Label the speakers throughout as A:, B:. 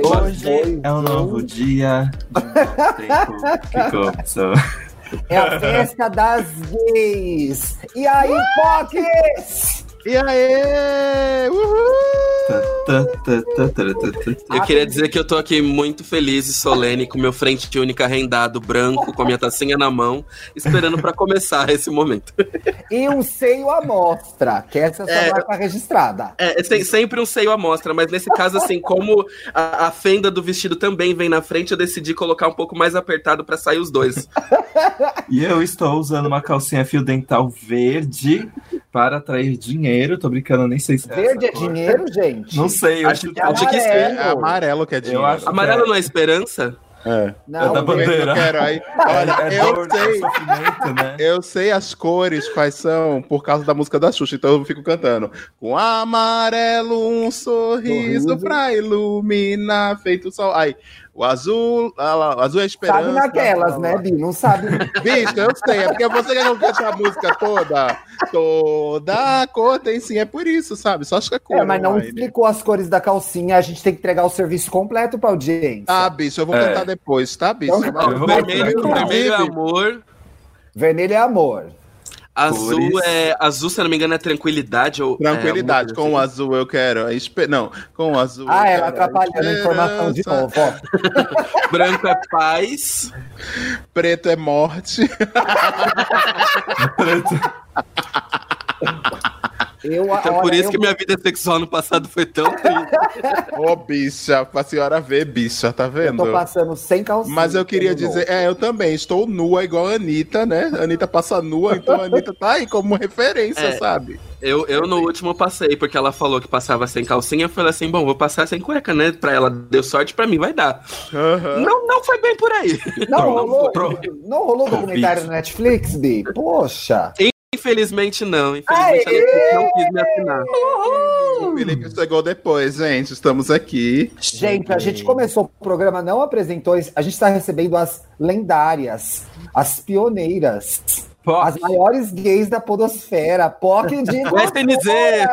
A: Foi
B: É um novo dia.
C: Tempo que começou.
A: É a festa das gays. E aí, Pockets?
D: E aí? Uhul!
C: Tá, tá, tá, tá, tá, tá, tá.
E: Eu queria dizer que eu tô aqui muito feliz e solene, com meu frente única rendado branco, com a minha tacinha na mão, esperando pra começar esse momento.
A: E um seio à mostra, que essa é a sua
E: É.
A: marca registrada.
E: É, é sem- sempre um seio à mostra, mas nesse caso, assim, como a, a fenda do vestido também vem na frente, eu decidi colocar um pouco mais apertado pra sair os dois.
C: E eu estou usando uma calcinha fio dental verde para atrair dinheiro. Tô brincando, nem sei se é
A: Verde é
C: essa cor.
A: dinheiro, gente?
C: Não sei, eu
E: Acho-
C: chutei.
E: acho que
D: É,
A: amarelo.
D: é amarelo que é dinheiro.
C: acho-
E: Amarelo não é esperança?
D: É.
A: Não,
C: É da
D: Eu
C: bandeira.
D: quero aí. Olha,
C: é, é
D: eu
C: dor,
D: sei.
C: É sofrimento, né?
D: Eu sei as cores quais são por causa da música da Xuxa, então eu fico cantando. Com amarelo um sorriso
A: Sorriso.
D: pra iluminar feito o sol. Aí, o azul, ah lá, o azul é esperança.
A: sabe naquelas, né, Bi? Não sabe.
D: Bicho, eu sei, é porque você que não canta a música toda. Toda cor tem sim, é por isso, sabe? Só acho que é cor.
A: É, mas não
D: online.
A: explicou as cores da calcinha. A gente tem que entregar o serviço completo pra audiência.
D: Tá, bicho, eu vou
C: É.
D: cantar depois, tá, bicho?
A: Então,
D: Mas-
C: eu vou
E: Vermelho,
C: mostrar.
E: vermelho é amor,
A: Vermelho é amor.
E: azul
C: Cores.
E: é. Azul, se eu não me engano, é tranquilidade. Ou, é,
D: Tranquilidade,
E: alguma coisa
D: com o
E: assim.
D: azul eu quero. a espe- Não, com o azul.
A: Ah,
D: eu
A: ela
D: quero a
A: atrapalhando a informação de
D: esperança.
A: novo. ó.
E: Branco é paz.
D: Preto é morte.
A: Eu,
E: Então,
A: olha,
E: por isso
A: eu-
E: que minha vida sexual no passado foi tão triste.
D: Ô, bicha, pra senhora ver, bicha, tá
A: eu
D: vendo?
A: tô passando assim, sem calcinha.
D: Mas eu queria
A: entendeu?
D: dizer, é, eu também estou nua igual a Anitta, né? A Anitta passa nua, então a Anitta tá aí como referência,
E: É.
D: sabe?
E: Eu, eu no último passei, porque ela falou que passava sem calcinha. Eu falei assim: bom, vou passar sem cueca, né? Pra ela, deu sorte, pra mim vai dar.
D: Aham.
E: Não, não foi bem por aí.
A: Não
C: Pronto,
A: rolou,
C: pronto.
A: não rolou documentário
C: Convite.
A: na Netflix, Bi? Poxa.
E: Infelizmente não. Infelizmente
A: Aê!
E: a Netflix não quis me assinar.
D: O Felipe chegou depois, gente. Estamos aqui.
A: Gente, a gente começou o programa, não apresentou. isso. A gente está recebendo as lendárias, as pioneiras,
C: Pô,
A: as maiores gays da podosfera. POC de...
E: O SNZ!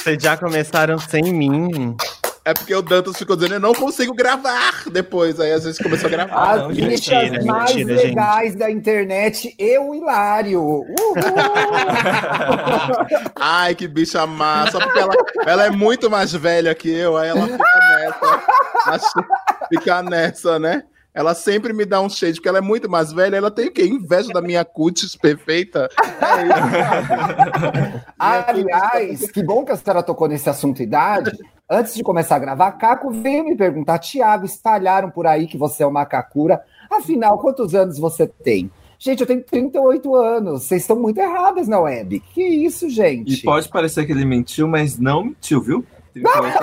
B: Vocês já começaram sem mim.
D: É porque o Dantas ficou dizendo, eu não consigo gravar depois. Aí a gente começou a gravar.
A: As
C: não, gente,
A: bichas
B: Ah, mentira,
A: mais
B: mentira, gente.
A: legais da internet, eu Hilário. Uhul!
D: Ai, que bicha má. Só porque ela, ela é muito mais velha que eu, aí ela fica nessa. Acho- Fica nessa, né? Ela sempre me dá um shade, porque ela é muito mais velha. Ela tem o quê? Inveja da minha cutis perfeita. É isso.
A: Aliás, que bom que a senhora tocou nesse assunto idade. Antes de começar a gravar, Caco veio me perguntar, Tiago, espalharam por aí que você é uma cacura. Afinal, quantos anos você tem? Gente, eu tenho 38 anos. Vocês estão muito erradas na web. Que isso,
C: E
A: gente?
C: pode parecer que ele mentiu, mas não mentiu, viu? 38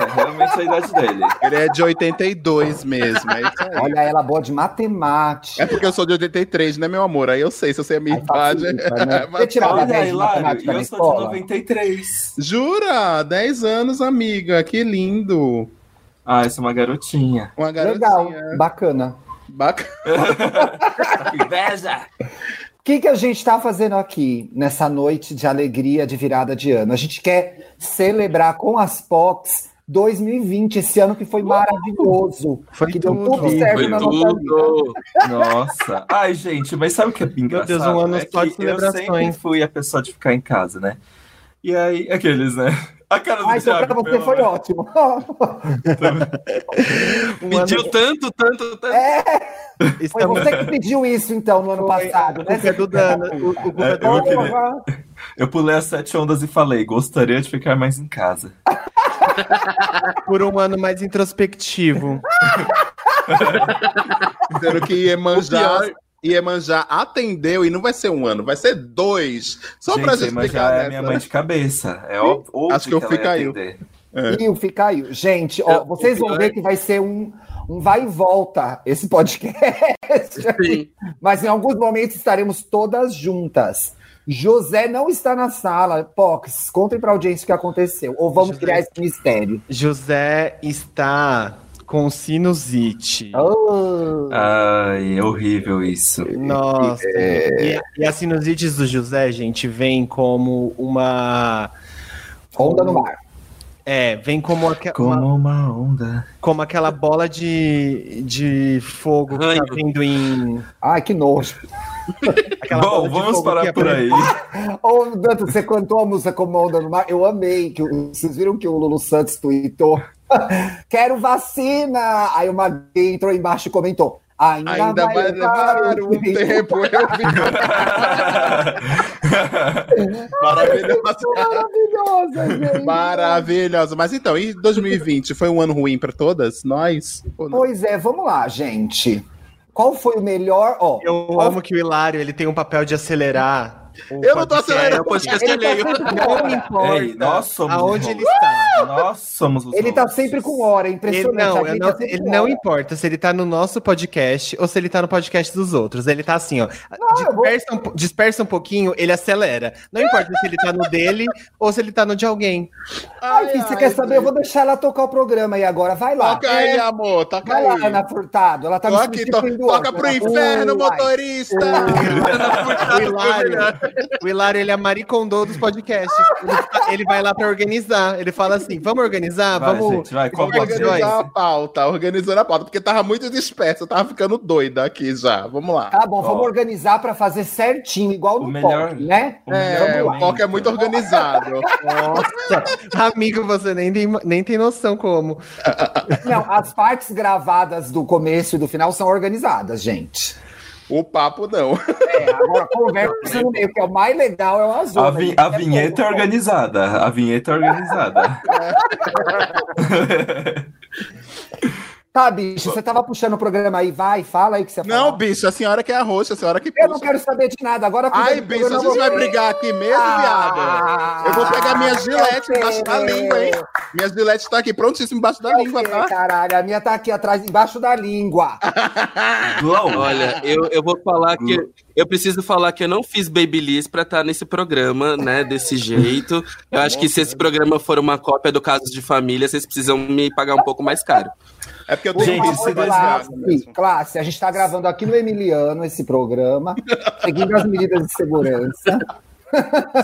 C: é realmente a idade dele.
D: Ele é de 82 mesmo. É, isso aí.
A: Olha ela boa de
D: É
A: matemática.
D: porque eu sou de 83, né, meu amor? Aí eu sei, se eu sei a
C: É
D: minha
A: Aí
D: idade.
A: facilita, né? Você tirava
C: Olha,
A: 10 de
C: Hilário,
A: matemática
C: e
A: na
C: eu sou de
A: escola?
C: 93.
D: Jura? 10 anos, amiga. Que lindo.
C: Ah, eu sou uma garotinha.
D: Uma
A: Legal,
C: assim,
D: garotinha.
C: é.
A: bacana.
D: Bacana.
C: Inveja!
A: O que, que a gente está fazendo aqui nessa noite de alegria de virada de ano? A gente quer celebrar com as POCs 2020, esse ano que foi maravilhoso.
B: Foi
A: que deu
B: tudo.
A: tudo certo
E: Foi
A: na nossa vida.
E: tudo.
C: Nossa. Ai, gente, mas sabe o que é engraçado?
B: Deus, um ano
C: é
B: só de
C: que eu sempre
B: celebrações.
C: fui a pessoa de ficar em casa, né? E aí, aqueles, né? A cara do
A: Ah, então
C: Thiago,
A: pra você
C: pelo
A: foi
C: amor.
A: ótimo.
E: Pediu tanto, tanto, tanto.
A: É. Foi
B: Um Estamos...
A: você que pediu isso, então, no ano passado,
B: O
A: né?
B: que é do dano. O, o culpa é do
C: Eu queria-
B: dano.
C: Eu pulei as sete ondas e falei, gostaria de ficar mais em casa.
B: Por um ano mais introspectivo.
D: Dizendo que
E: O
D: Iemanjá, Iemanjá atendeu e não vai ser um ano, vai ser dois. Só pra gente né?
C: mas
D: ficar
C: já é
D: nessa. Hum?
C: minha mãe de cabeça. É óbvio, óbvio
D: Acho que eu
C: ela ia
D: fui caiu.
C: atender.
A: E o fica aí. Gente, ó,
E: Eu-
A: vocês vão ver que vai ser um, um vai e volta esse podcast.
E: Sim.
A: Mas em alguns momentos estaremos todas juntas. José não está na sala. Pox, contem para a audiência o que aconteceu. Ou vamos
B: José.
A: criar esse mistério.
B: José está com sinusite.
A: Oh.
D: Ah.
C: Ai, é horrível isso.
B: Nossa. E, e as sinusites do José, gente, vem como uma.
A: Onda no mar.
B: É, vem como, aqua, uma-
C: Como uma onda.
B: como aquela bola de, de fogo que tá
E: Ranho.
B: vindo em.
A: Ai, que nojo.
B: Aquela bola
C: Bom,
B: de
C: vamos
B: fogo que
C: parar por aí.
B: apre-
A: Ô, Danto, você cantou a música Como Onda no Mar? Eu amei. Que o- vocês viram que o Lulu Santos tweetou? Quero vacina! Aí uma gay entrou embaixo e comentou. Ainda,
D: Ainda vai levar um tempo. Eu vi. Maravilhosa.
A: Maravilhosa, gente.
D: Maravilhosa. Mas então, e 2020? Foi um ano ruim pra todas? Nós? Ou não?
A: Pois é, vamos lá, gente. Qual foi o melhor? Ó,
B: Eu
A: qual-
B: amo que o Hilário ele tem um papel de acelerar. o
D: Eu não tô
B: podcast.
E: É,
D: acelerando.
E: o podcast
A: Ele tá
E: alheio.
A: sempre com hora,
B: importa
C: Ei, nós somos
B: Aonde
C: os
B: ele tá? está?
C: Nós somos os
A: ele tá
C: hosts.
A: sempre com hora, é
B: Ele
A: impressionante.
B: não,
A: a
B: eu
A: gente
B: não-
A: tá sempre
B: ele
A: com
B: não
A: hora.
B: importa se ele tá no nosso podcast ou se ele tá no podcast dos outros. Ele tá assim, ó.
A: eu vou-
B: Dispersa, um, po- dispersa um pouquinho, ele acelera. Não importa se ele tá no dele ou se ele tá no de alguém.
A: Ai, Fih, você quer saber? Eu vou deixar ela tocar o programa aí agora. Vai lá. É,
D: Toca aí, amor. Toca
A: Vai lá,
D: aí.
A: Ana Furtado. Ela tá
D: Toca,
A: me
D: aqui, to-
A: substituindo
D: toca
A: hoje. né?
D: pro inferno,
A: Uai.
D: motorista!
A: Ah,
B: O
A: é
B: Hilário, o Hilário, ele é a maricondô dos podcasts. Ele, fa- ele vai lá pra organizar. Ele fala assim: vamos
D: Ah,
B: organizar?
C: Vai,
B: vamos.
C: gente, vai. Qual
B: vamos
C: pode ser?
B: organizar.
D: Tá Organizando a pauta, organizando a pauta, porque tava muito dispersa, eu tava ficando doida aqui já. Vamos lá.
A: Tá bom, vamos
C: Ó.
A: organizar pra fazer certinho, igual
C: O
A: no
C: melhor-
A: pop, né?
C: O
D: É,
C: melhor
D: o
C: momento.
D: foco é muito organizado.
B: Nossa, amigo, você nem tem, nem tem noção como.
A: Não, as partes gravadas do começo e do final são organizadas, gente.
D: O papo não.
A: É, agora conversa no meio, que é o mais legal, é o azul.
C: A, vi- a vinheta é organizada. A vinheta é organizada.
A: Tá, bicho, você tava puxando o programa aí, vai, fala aí o que você
D: Não,
A: falou.
D: bicho, a senhora que é a roxa, a senhora que
A: Eu não
D: puxa.
A: quero saber de nada, agora...
D: Ai, bicho, a gente vai brigar aqui mesmo,
A: Ah,
D: viado? Eu vou pegar minha gilete embaixo da língua, hein? Minha gilete tá aqui prontíssima embaixo da língua, tá?
A: Caralho, a minha tá aqui atrás, embaixo da língua.
C: Glow.
E: Olha, eu, eu vou falar que. Eu preciso falar que eu não fiz Babyliss pra estar nesse programa, né? Desse jeito. Eu acho que se esse programa for uma cópia do Casos de Família, vocês precisam me pagar um pouco mais caro.
D: É porque eu tenho
C: Gente,
D: que
C: se
D: se
C: dois
D: desviar.
A: classe, classe, a gente tá gravando aqui no Emiliano esse programa, seguindo as medidas de segurança.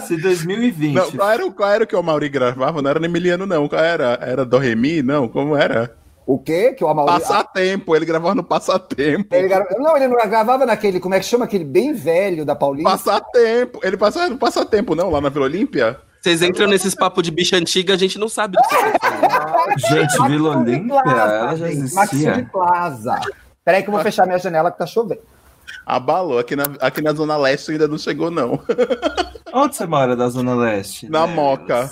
C: Se 2020.
D: Não, qual era, o- qual era o que o Mauri gravava? Não era nem Emiliano, não. Qual era? Era do Remy? Não, como era?
A: O quê? Que o Amaury...
D: Passatempo, ele gravava no Passatempo.
A: Ele gra- Não, ele não gravava naquele, como é que chama? Aquele bem velho da Paulista.
D: Passatempo, ele passava no Passatempo, não? Lá na Vila Olímpia?
E: Vocês entram nesses papos de bicha antiga, a gente não sabe do que é. vocês estão falando.
C: Gente,
A: Maxi
C: Vila
A: de
C: Olímpia,
A: Plaza,
C: ela já
A: gente, Maxi de
C: existia.
A: Plaza. Peraí que eu vou fechar minha janela que tá chovendo.
D: Abalou, aqui na, aqui na Zona Leste ainda não chegou, não.
C: Onde você mora da Zona Leste?
D: Na
C: Né?
D: Moca.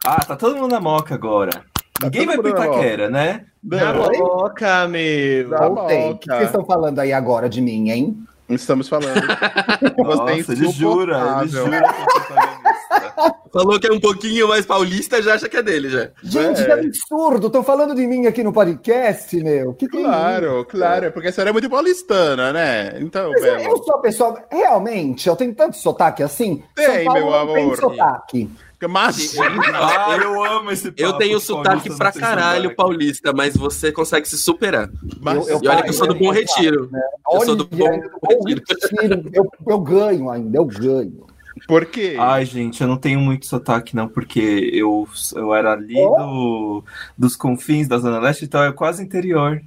D: Tá
C: Ah, tá todo mundo na Moca agora. Ninguém vai
D: todo
C: pro
D: mundo na
C: Itaquera, né?
B: Na
D: Não.
B: boca, meu.
D: Tá
A: Voltei.
D: bom,
A: O que
D: cara.
A: vocês estão falando aí agora de mim, hein?
D: Estamos falando. é
C: Nossa, ele jura, ele
D: insuportável.
C: jura que é protagonista.
E: Falou que é um pouquinho mais paulista, já acha que é dele, já.
A: Gente,
D: É.
A: que absurdo! Estão falando de mim aqui no podcast, meu. Que que é isso?
D: Claro, claro, é porque a senhora é muito paulistana, né? Então,
A: Mas é eu,
D: Belo.
A: eu sou a pessoa. Realmente, eu tenho tanto sotaque assim.
D: Tem, meu
A: não Tem
D: amor.
A: sotaque.
D: Imagina.
C: Ah, eu amo esse papo
E: Eu tenho
C: que
E: sotaque
C: paulista
E: pra
C: não tem
E: caralho
C: sotaque.
E: paulista, mas você consegue se superar.
D: Mas,
A: Eu-
E: E olha que eu né? sou do Bom
A: Olha,
E: Retiro.
A: Olha,
E: Eu sou do Bom
A: ainda do Bom Retiro. um Eu, eu ganho ainda, eu ganho.
D: Por quê?
C: Ai, gente, eu não tenho muito sotaque, não, porque eu, eu era ali do- dos confins da Zona Leste, então é quase interior.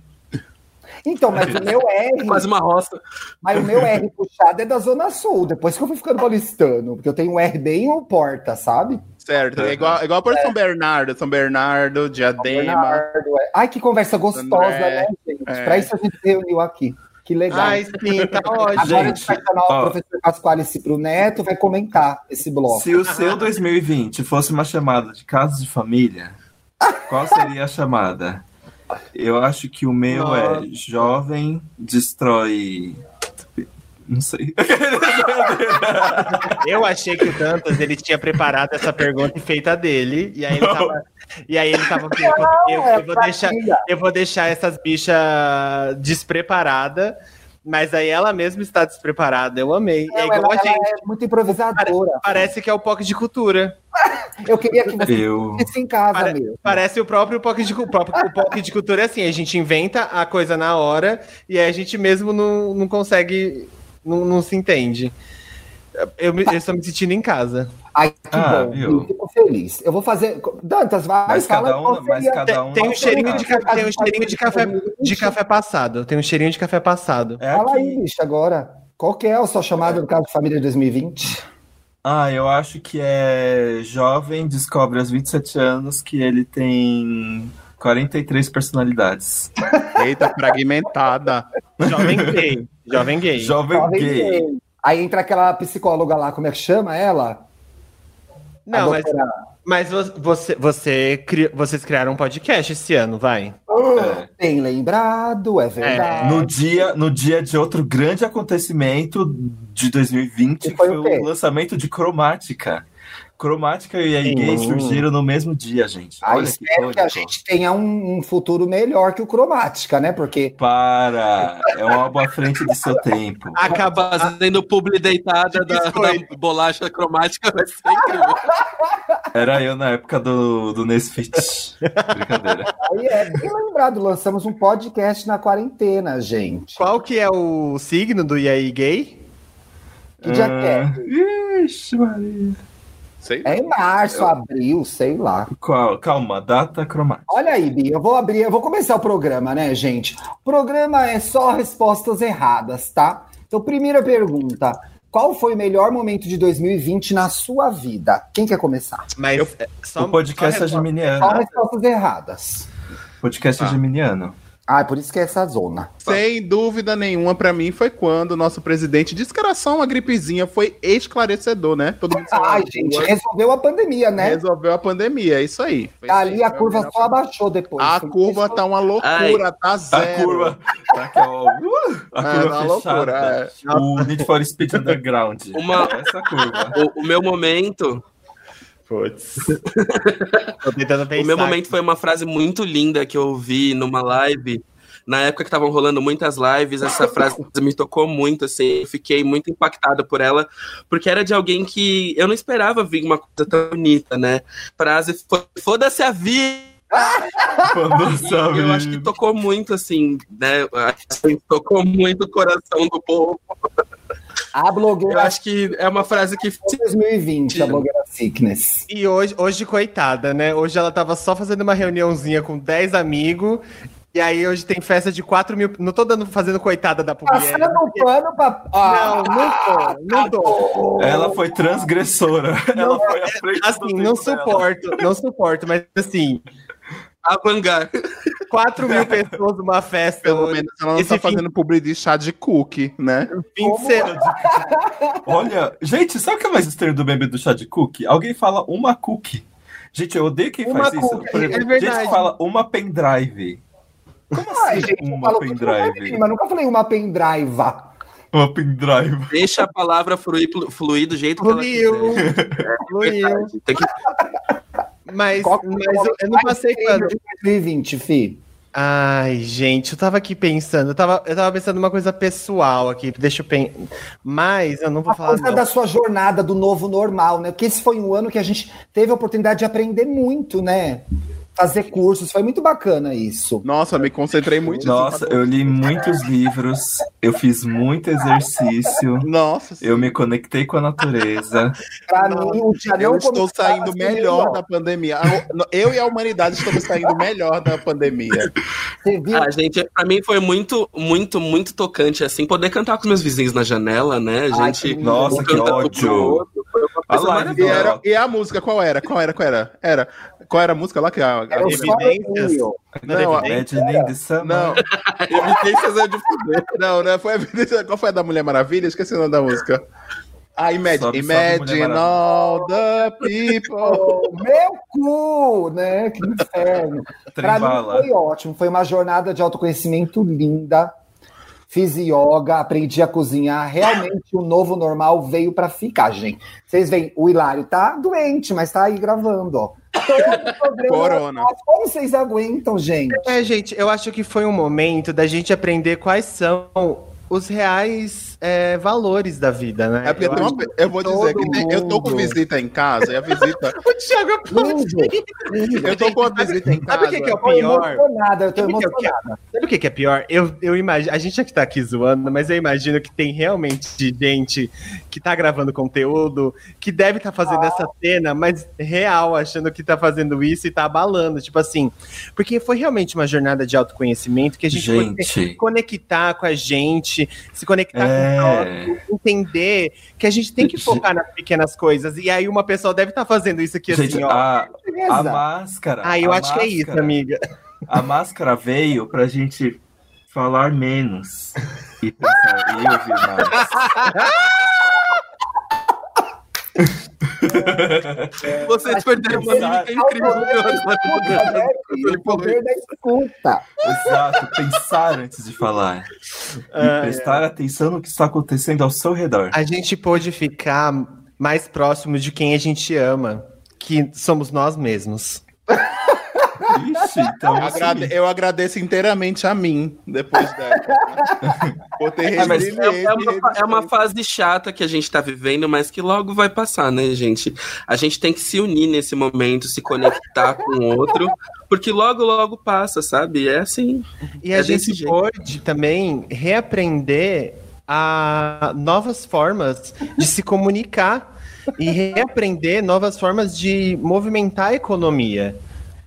A: Então, mas o meu R,
E: É Quase uma roça.
A: mas o meu R puxado é da Zona Sul, depois que eu fui ficando paulistano, porque eu tenho um R bem o porta, sabe?
D: Certo, é igual, é igual para São Bernardo, São Bernardo, Diadema.
A: Bernardo, é. Ai, que conversa gostosa,
D: André,
A: né, gente?
D: é.
A: Pra isso a gente se reuniu aqui. Que legal.
B: Ai, sim, tá ótimo.
A: Agora a gente
C: gente,
A: vai chamar
C: ó.
A: o professor Pasquale Cipro Neto, vai comentar esse bloco.
C: Se o seu 2020 fosse uma chamada de casos de família, qual seria a chamada? Eu acho que o meu é jovem destrói. Não sei.
B: Eu achei que o Dantas ele tinha preparado essa pergunta e feita dele. E aí ele tava. E aí ele tava eu, eu-
A: é
B: eu vou deixar,
A: Filha,
B: eu vou deixar essas bichas despreparadas. Mas aí ela mesma está despreparada. Eu amei.
A: não,
B: É igual
A: ela,
B: a
A: ela
B: gente.
A: é muito improvisadora.
B: Parece que é o POC de cultura.
A: Eu queria que você
C: Eu.
A: estivesse em casa
B: Para-
A: mesmo.
B: Parece o próprio POC de, cu- o próprio, o POC de cultura. É assim, a gente inventa a coisa na hora e aí a gente mesmo não, não consegue, não, não se entende. Eu, me- eu estou me sentindo em casa.
A: Ai, que
C: Ah,
A: bom.
C: viu?
A: Eu fico feliz. Eu vou fazer. Dantas, vai.
C: Mas
A: fala
C: cada
A: qual
C: um, mas
A: seria-
C: cada um.
B: Tem um
C: na sua
B: cheirinho de,
C: casa.
B: ca- tem um cheirinho de café de café passado. Tem um cheirinho de café passado.
C: É
A: Fala aí,
C: aqui.
A: bicho, agora. Qual que é o sua chamada do caso de família de 2020?
C: Ah, eu acho que é jovem, descobre aos 27 anos que ele tem 43 personalidades.
D: Eita, fragmentada.
B: Jovem gay. Jovem gay.
C: Jovem
A: Jovem
C: gay.
A: gay. Aí entra aquela psicóloga lá, como é que chama ela? A
B: Não, mas,
A: doutora-
B: mas vo- você, você cri- vocês criaram um podcast esse ano, vai.
A: Ah, Bem lembrado, é verdade.
C: No dia, no dia de outro grande acontecimento de 2020,
A: Que
C: que
A: foi
C: foi,
A: o quê?
C: o lançamento de Cromática. Cromática e a
B: Sim.
C: gay surgiram no mesmo dia, gente.
A: Ah,
C: Olha que
A: espero que, a
C: cômico.
A: gente tenha um, um futuro melhor que o Cromática, né? Porque
C: Para! É um álbum à frente do seu tempo.
B: Acaba
E: Fazendo publi deitada da, da bolacha cromática vai ser incrível.
C: Era eu na época do, do Nesfit. Brincadeira.
A: aí é bem lembrado, lançamos um podcast na quarentena, gente.
B: Qual que é o signo do E aí gay?
A: Que dia que é?
C: Ah, Ixi, Maria.
D: Sei
A: É em março, abril, sei lá.
C: Qual? Calma, data cromática.
A: Olha aí, Bia, eu vou abrir, eu vou começar o programa, né, gente? O programa é só respostas erradas, tá? Então, primeira pergunta: qual foi o melhor momento de 2020 na sua vida? Quem quer começar?
B: Mas é, só
C: O podcast é
B: só
A: Só
B: resposta.
C: geminiano.
A: respostas erradas.
C: Podcast é
D: Tá.
C: geminiano.
A: Ah, é por isso que é essa zona.
D: Sem dúvida nenhuma, pra mim, foi quando o nosso presidente disse que era só uma gripezinha. Foi esclarecedor, né? Todo mundo saiu
A: Ai,
D: na
A: gente,
D: rua,
A: resolveu a pandemia, né?
D: resolveu a pandemia. É isso aí. Foi
A: Ali
D: isso aí,
A: a
D: foi
A: curva
D: melhor-
A: só abaixou depois.
D: A curva tá uma loucura, tá zero.
C: A curva. Tá aqui, ó. Uh, a
D: É,
C: curva
D: tá
C: fechada.
D: uma loucura, é.
C: O Need for Speed Underground.
E: Uma-
C: Essa curva.
E: O, o meu momento,
D: Putz.
B: Tô tentando pensar.
E: o meu momento foi uma frase muito linda que eu ouvi numa live. Na época que estavam rolando muitas lives, essa frase me tocou muito, assim, eu fiquei muito impactado por ela, porque era de alguém que eu não esperava vir uma coisa tão bonita, né? Frase fo- foda-se a vida!
C: Quando
E: E
C: sabe.
E: eu acho que tocou muito, assim, né? Assim, tocou muito o coração do povo.
A: A
E: Eu
A: blogueira
E: acho que é uma frase que.
A: de 2020, a blogueira Sickness.
B: E hoje, hoje, coitada, né? Hoje ela tava só fazendo uma reuniãozinha com 10 amigos. E aí hoje tem festa de 4 mil. Não tô dando, fazendo coitada da Pugliese.
A: Passando o pano pra.
B: Não,
A: Ah,
B: não tô, não tô.
C: Ela foi transgressora. Ela foi à frente do
B: Assim,
C: tempo
B: não
C: dela.
B: suporto, não suporto, mas assim,
E: Avangar.
B: 4 mil pessoas numa festa
D: Pelo
B: hoje,
D: menos ela não
B: Esse
D: tá
B: fim-
D: fazendo publi de chá de cookie, né?
B: fim de semana.
C: Olha, gente, sabe o que é mais estranho do meme do chá de cookie? Alguém fala uma cookie. Gente, eu odeio quem
A: Uma
C: faz isso.
A: cookie,
C: Por exemplo,
B: é verdade.
C: Gente que fala uma pendrive. Como assim?
A: Ai, gente, eu
C: uma
A: falo tudo
C: pendrive.
A: Mas nunca falei uma pendrive.
C: Uma pendrive.
E: Deixa a palavra fluir, fluir do jeito que ela
B: Fluiu,
E: quiser.
B: fluiu.
E: Tem que
B: Mas,
A: Qual que foi o
B: mas eu,
A: momento
B: eu não
A: mais
B: passei
A: incrível
B: quando.
A: de 2020, fi.
B: Ai, gente, eu tava aqui pensando, eu tava, eu tava pensando uma coisa pessoal aqui, deixa eu pensar. Mas eu não vou
A: A
B: falar.
A: coisa
B: Não.
A: da sua jornada do novo normal, né? Porque esse foi um ano que a gente teve a oportunidade de aprender muito, né? Fazer cursos, foi muito bacana isso.
D: Nossa, me concentrei muito. nisso.
C: Nossa, eu li muitos livros, eu fiz muito exercício,
D: Nossa,
C: eu me conectei com a natureza.
A: Pra
B: Nossa,
A: mim, o dia
D: eu
A: não
D: estou
A: começava assim,
D: saindo
A: sem
D: melhor
A: nenhum.
D: da pandemia. Eu e a humanidade estamos saindo melhor da pandemia.
A: Você viu?
E: Ah, gente, pra mim foi muito, muito, muito tocante, assim, poder cantar com os meus vizinhos na janela, né? A
A: Ai,
E: gente.
A: que
C: Nossa, que
E: cantando pro
C: ódio.
E: outro, Foi uma
C: A
E: coisa
C: live
D: E,
E: maravilhosa.
D: era- e a música, qual era? Qual era? Qual era? Era. Qual era a música lá que a. a-
A: Era o só
B: evidências.
A: eu.
D: Não, a-
C: Imagining the summer.
D: Não,
E: Evidências é de fuder.
D: não, né? Foi a evidência- Qual foi a da Mulher Maravilha? Esqueci o nome da música. Ah, Imagine,
C: Sobe, sobe,
D: imagine
C: Mulher Maravilha.
D: all the people.
A: Ô, Meu cu, né? Que inferno. Pra mim
C: Trembala.
A: foi ótimo, foi uma jornada de autoconhecimento linda. Fiz yoga, aprendi a cozinhar. Realmente o novo normal veio pra ficar, gente. Vocês veem, o Hilário tá doente, mas tá aí gravando, ó. Todo problema-
D: Corona.
A: Como vocês aguentam, gente?
B: É, gente, eu acho que foi um momento da gente aprender quais são os reais é, valores da vida, né?
D: É porque
B: Eu
D: tem
B: acho
D: uma- eu vou dizer
A: todo
D: que tem- eu tô com
A: mundo.
D: visita em casa e a visita.
B: que O Thiago é
A: Lindo, lindo.
D: eu tô com a visita em casa.
B: Sabe o que, que é o
A: Tô
B: pior?
A: emocionada, eu tô
B: Sabe o que é o que é?
A: emocionada.
B: Sabe o que, que é pior? Eu, eu imagino. A gente aqui tá aqui zoando, mas eu imagino que tem realmente gente que tá gravando conteúdo, que deve tá fazendo
A: Ah.
B: essa cena, mas real, achando que tá fazendo isso e tá abalando. Tipo assim. Porque foi realmente uma jornada de autoconhecimento que a gente, pode se
C: Gente,
B: conectar com a gente, se conectar com o próximo.
C: é.
B: entender que a gente tem que
C: Gente.
B: focar nas pequenas coisas. E aí uma pessoa deve estar fazendo isso aqui
C: Gente,
B: assim, ó.
C: a, A
A: Beleza.
C: máscara.
B: Ah, eu
C: a
B: acho que é isso,
C: máscara-
B: amiga.
C: A máscara veio pra gente falar menos e pensar e ouvir mais.
E: Vocês perderam uma mímica
B: é
E: incrível.
A: Escuta, né? O poder da escuta.
C: Exato, pensar antes de falar. E
B: Ah,
C: prestar atenção no que está acontecendo ao seu redor.
B: A gente pôde ficar mais próximo de quem a gente ama, que somos nós mesmos.
C: Ixi, então.
D: Eu,
C: assim,
D: agrade- eu agradeço inteiramente a mim depois dessa. Vou ter
E: É, mas
D: resiliência.
E: é, é uma, é uma fase chata que a gente tá vivendo, mas que logo vai passar, né, gente? A gente tem que se unir nesse momento, se conectar com o outro, porque logo, logo passa, sabe? É assim.
B: E a
E: É desse
B: gente
E: jeito.
B: pôde também reaprender a novas formas de se comunicar e reaprender novas formas de movimentar a economia.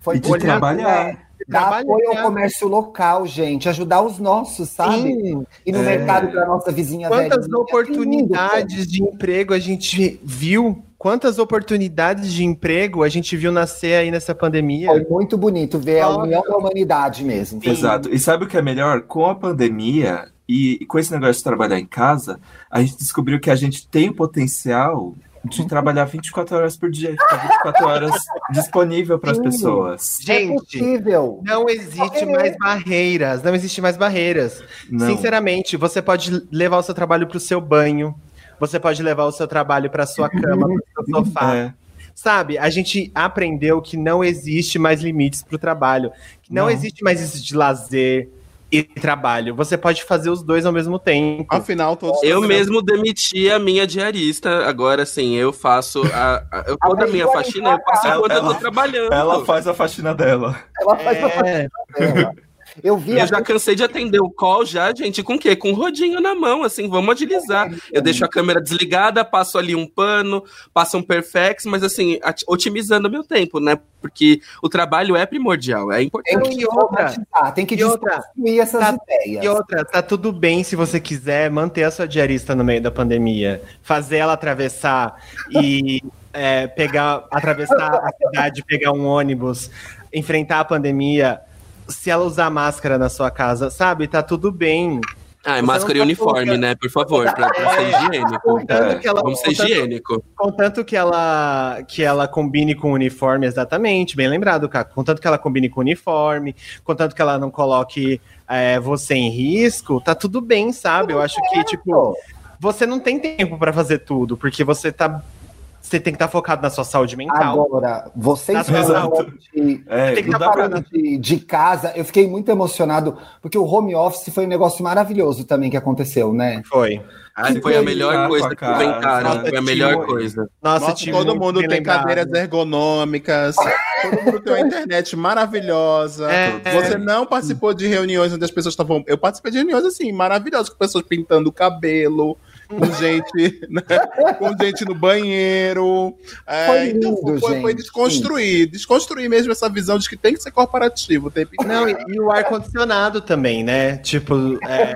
A: Foi
C: E de
A: olhar,
C: trabalhar.
A: né? Dar
B: Trabalhar.
A: apoio ao comércio local, gente. Ajudar os nossos, sabe?
B: Sim.
A: E no
C: É.
A: mercado da nossa vizinha
B: Quantas
A: velhinha. é
B: oportunidades de emprego a gente viu? Quantas oportunidades de emprego a gente viu nascer aí nessa
A: Foi
B: pandemia?
A: É muito bonito ver a
B: Nossa.
A: união da humanidade mesmo.
C: Exato. E sabe o que é melhor? Com a pandemia e com esse negócio de trabalhar em casa, a gente descobriu que a gente tem o potencial de trabalhar 24 horas por dia, ficar 24 horas disponível para as
A: Sim.
C: pessoas.
A: é
B: Gente,
A: possível. É.
B: não existe mais barreiras, não existe mais barreiras.
C: Não.
B: Sinceramente, você pode levar o seu trabalho para o seu banho, você pode levar o seu trabalho para sua cama, para seu sofá.
C: É.
B: Sabe, a gente aprendeu que não existe mais limites para o trabalho, que não,
C: Não.
B: existe mais isso de lazer e trabalho. Você pode fazer os dois ao mesmo tempo.
D: Afinal, todos
E: Eu mesmo demiti a minha diarista. Agora, assim, eu faço a, a- eu, toda a minha
A: Aprendeu a
E: faxina, eu faço
C: limpar.
E: enquanto eu
C: Ela-
E: tô trabalhando.
C: Ela faz a faxina dela.
A: Ela faz uma
B: É.
A: favela. Eu vi
E: Eu já cansei de atender o call já, gente, com o quê? Com o rodinho na mão, assim, vamos agilizar. Eu deixo a câmera desligada, passo ali um pano, passo um perfex, mas assim, at- otimizando meu tempo, né? Porque o trabalho é primordial, é
A: Tem
E: importante.
A: que
B: E outra.
A: automatizar, tem que
B: E outra.
A: destruir essas
B: Tá-
A: ideias.
B: E outra, tá tudo bem se você quiser manter a sua diarista no meio da pandemia, fazer ela atravessar e é, pegar, atravessar a cidade, pegar um ônibus, enfrentar a pandemia, se ela usar máscara na sua casa, sabe? Tá tudo bem.
E: Ah, é
B: Você
E: máscara e
B: não tá
E: uniforme, né? Por favor, pra, pra ser higiênico.
B: Contanto que ela,
E: É, Vamos ser
B: contanto,
E: higiênico.
B: contanto que ela que ela combine com o uniforme, exatamente, bem lembrado, Caco. Contanto que ela combine com o uniforme, contanto que ela não coloque é, você em risco, tá tudo bem, sabe? Eu acho que, tipo,
A: Pô,
B: você não tem tempo pra fazer tudo, porque você tá. Você tem que estar focado na sua saúde mental.
A: Agora, vocês
B: Tá
A: falando de,
C: É,
B: Tem que
C: não
B: tá
C: dá pra-
A: falando de, de casa, eu fiquei muito emocionado, porque o home office foi um negócio maravilhoso também que aconteceu, né?
B: Foi.
E: Ah, foi a melhor
C: Tá com a
E: coisa que
C: cara, né?
E: inventaram,
C: nossa,
E: foi a
C: te
E: melhor
C: molho.
E: coisa.
B: Nossa,
D: Nossa,
B: tive
D: todo
B: muito
D: mundo
B: bem
D: tem
B: lembrado.
D: cadeiras ergonômicas, todo mundo tem uma internet maravilhosa.
B: É,
D: Você não participou de reuniões onde as pessoas estavam. Eu participei de reuniões assim, maravilhosas, com pessoas pintando o cabelo, com gente, né, com gente no banheiro. É,
A: Foi lindo,
D: então foi, foi
A: gente.
D: desconstruir, desconstruir mesmo essa visão de que tem que ser corporativo. Tem que
B: Não, e, e o ar-condicionado também, né? Tipo, é,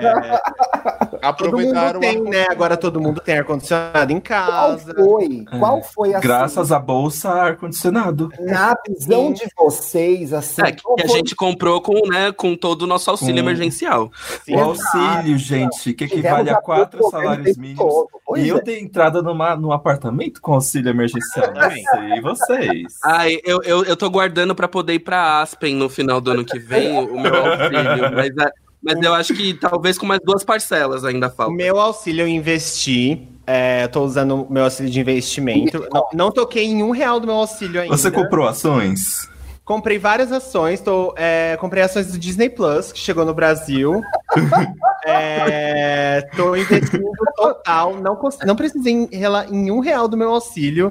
B: todo
D: aproveitar
B: mundo
D: o
B: tem, né? Agora todo mundo tem ar-condicionado em
A: Qual
B: casa.
A: foi?
C: É.
A: Qual foi a
C: Graças à bolsa ar-condicionado.
A: na visão de vocês, assim,
E: É, que
A: qual
E: a
A: foi-
E: gente comprou com, né, com todo o nosso auxílio
C: Com-
E: emergencial.
B: assim, é
C: O auxílio, gente, que equivale a
A: Tivemos
C: quatro
A: pouco
C: salários
A: tempo
C: mínimos.
A: todo. Pois
C: E
A: é.
C: eu dei entrada numa, num apartamento com auxílio emergencial. Não sei, e vocês?
E: Ai, eu, eu, eu tô guardando pra poder ir pra Aspen no final do ano que vem, o meu auxílio. Mas, é- mas eu acho que talvez com mais duas parcelas ainda
B: O
E: falta.
B: meu auxílio eu investi. É, eu tô usando o meu auxílio de investimento. Não, não toquei em um real do meu auxílio ainda.
C: Você comprou ações?
B: Comprei várias ações, tô, é, comprei ações do Disney Plus, que chegou no Brasil. É, tô investindo total, não, cons- não precisei em, rela- em um real do meu auxílio.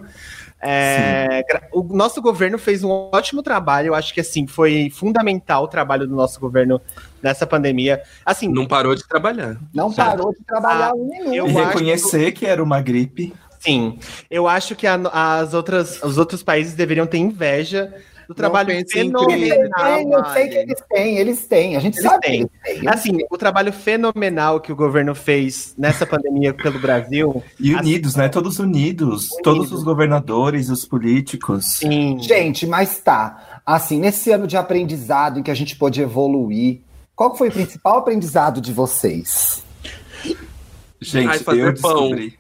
B: É, gra- o nosso governo fez um ótimo trabalho, eu acho que assim foi fundamental o trabalho do nosso governo nessa pandemia. Assim,
E: Não parou de trabalhar.
A: Não parou de trabalhar um minuto.
B: eu
C: E
B: acho
C: reconhecer que era uma gripe.
B: Sim, eu acho que a- as outras, os outros países deveriam ter inveja do trabalho
D: pense em
A: Eles
B: fenomenal.
A: têm, tá, eu sei que eles têm, eles têm. A gente
B: Eles
A: sabe
B: têm.
A: que eles têm.
B: Assim, o trabalho fenomenal que o governo fez nessa pandemia pelo Brasil.
C: E
B: Assim,
C: unidos, né? Todos unidos. Todos os governadores, os políticos.
B: Sim.
A: Gente, mas tá. Assim, nesse ano de aprendizado em que a gente pôde evoluir, qual que foi o principal aprendizado de vocês?
C: Gente,
E: Ai, fazer
C: eu
E: pão.
C: descobri.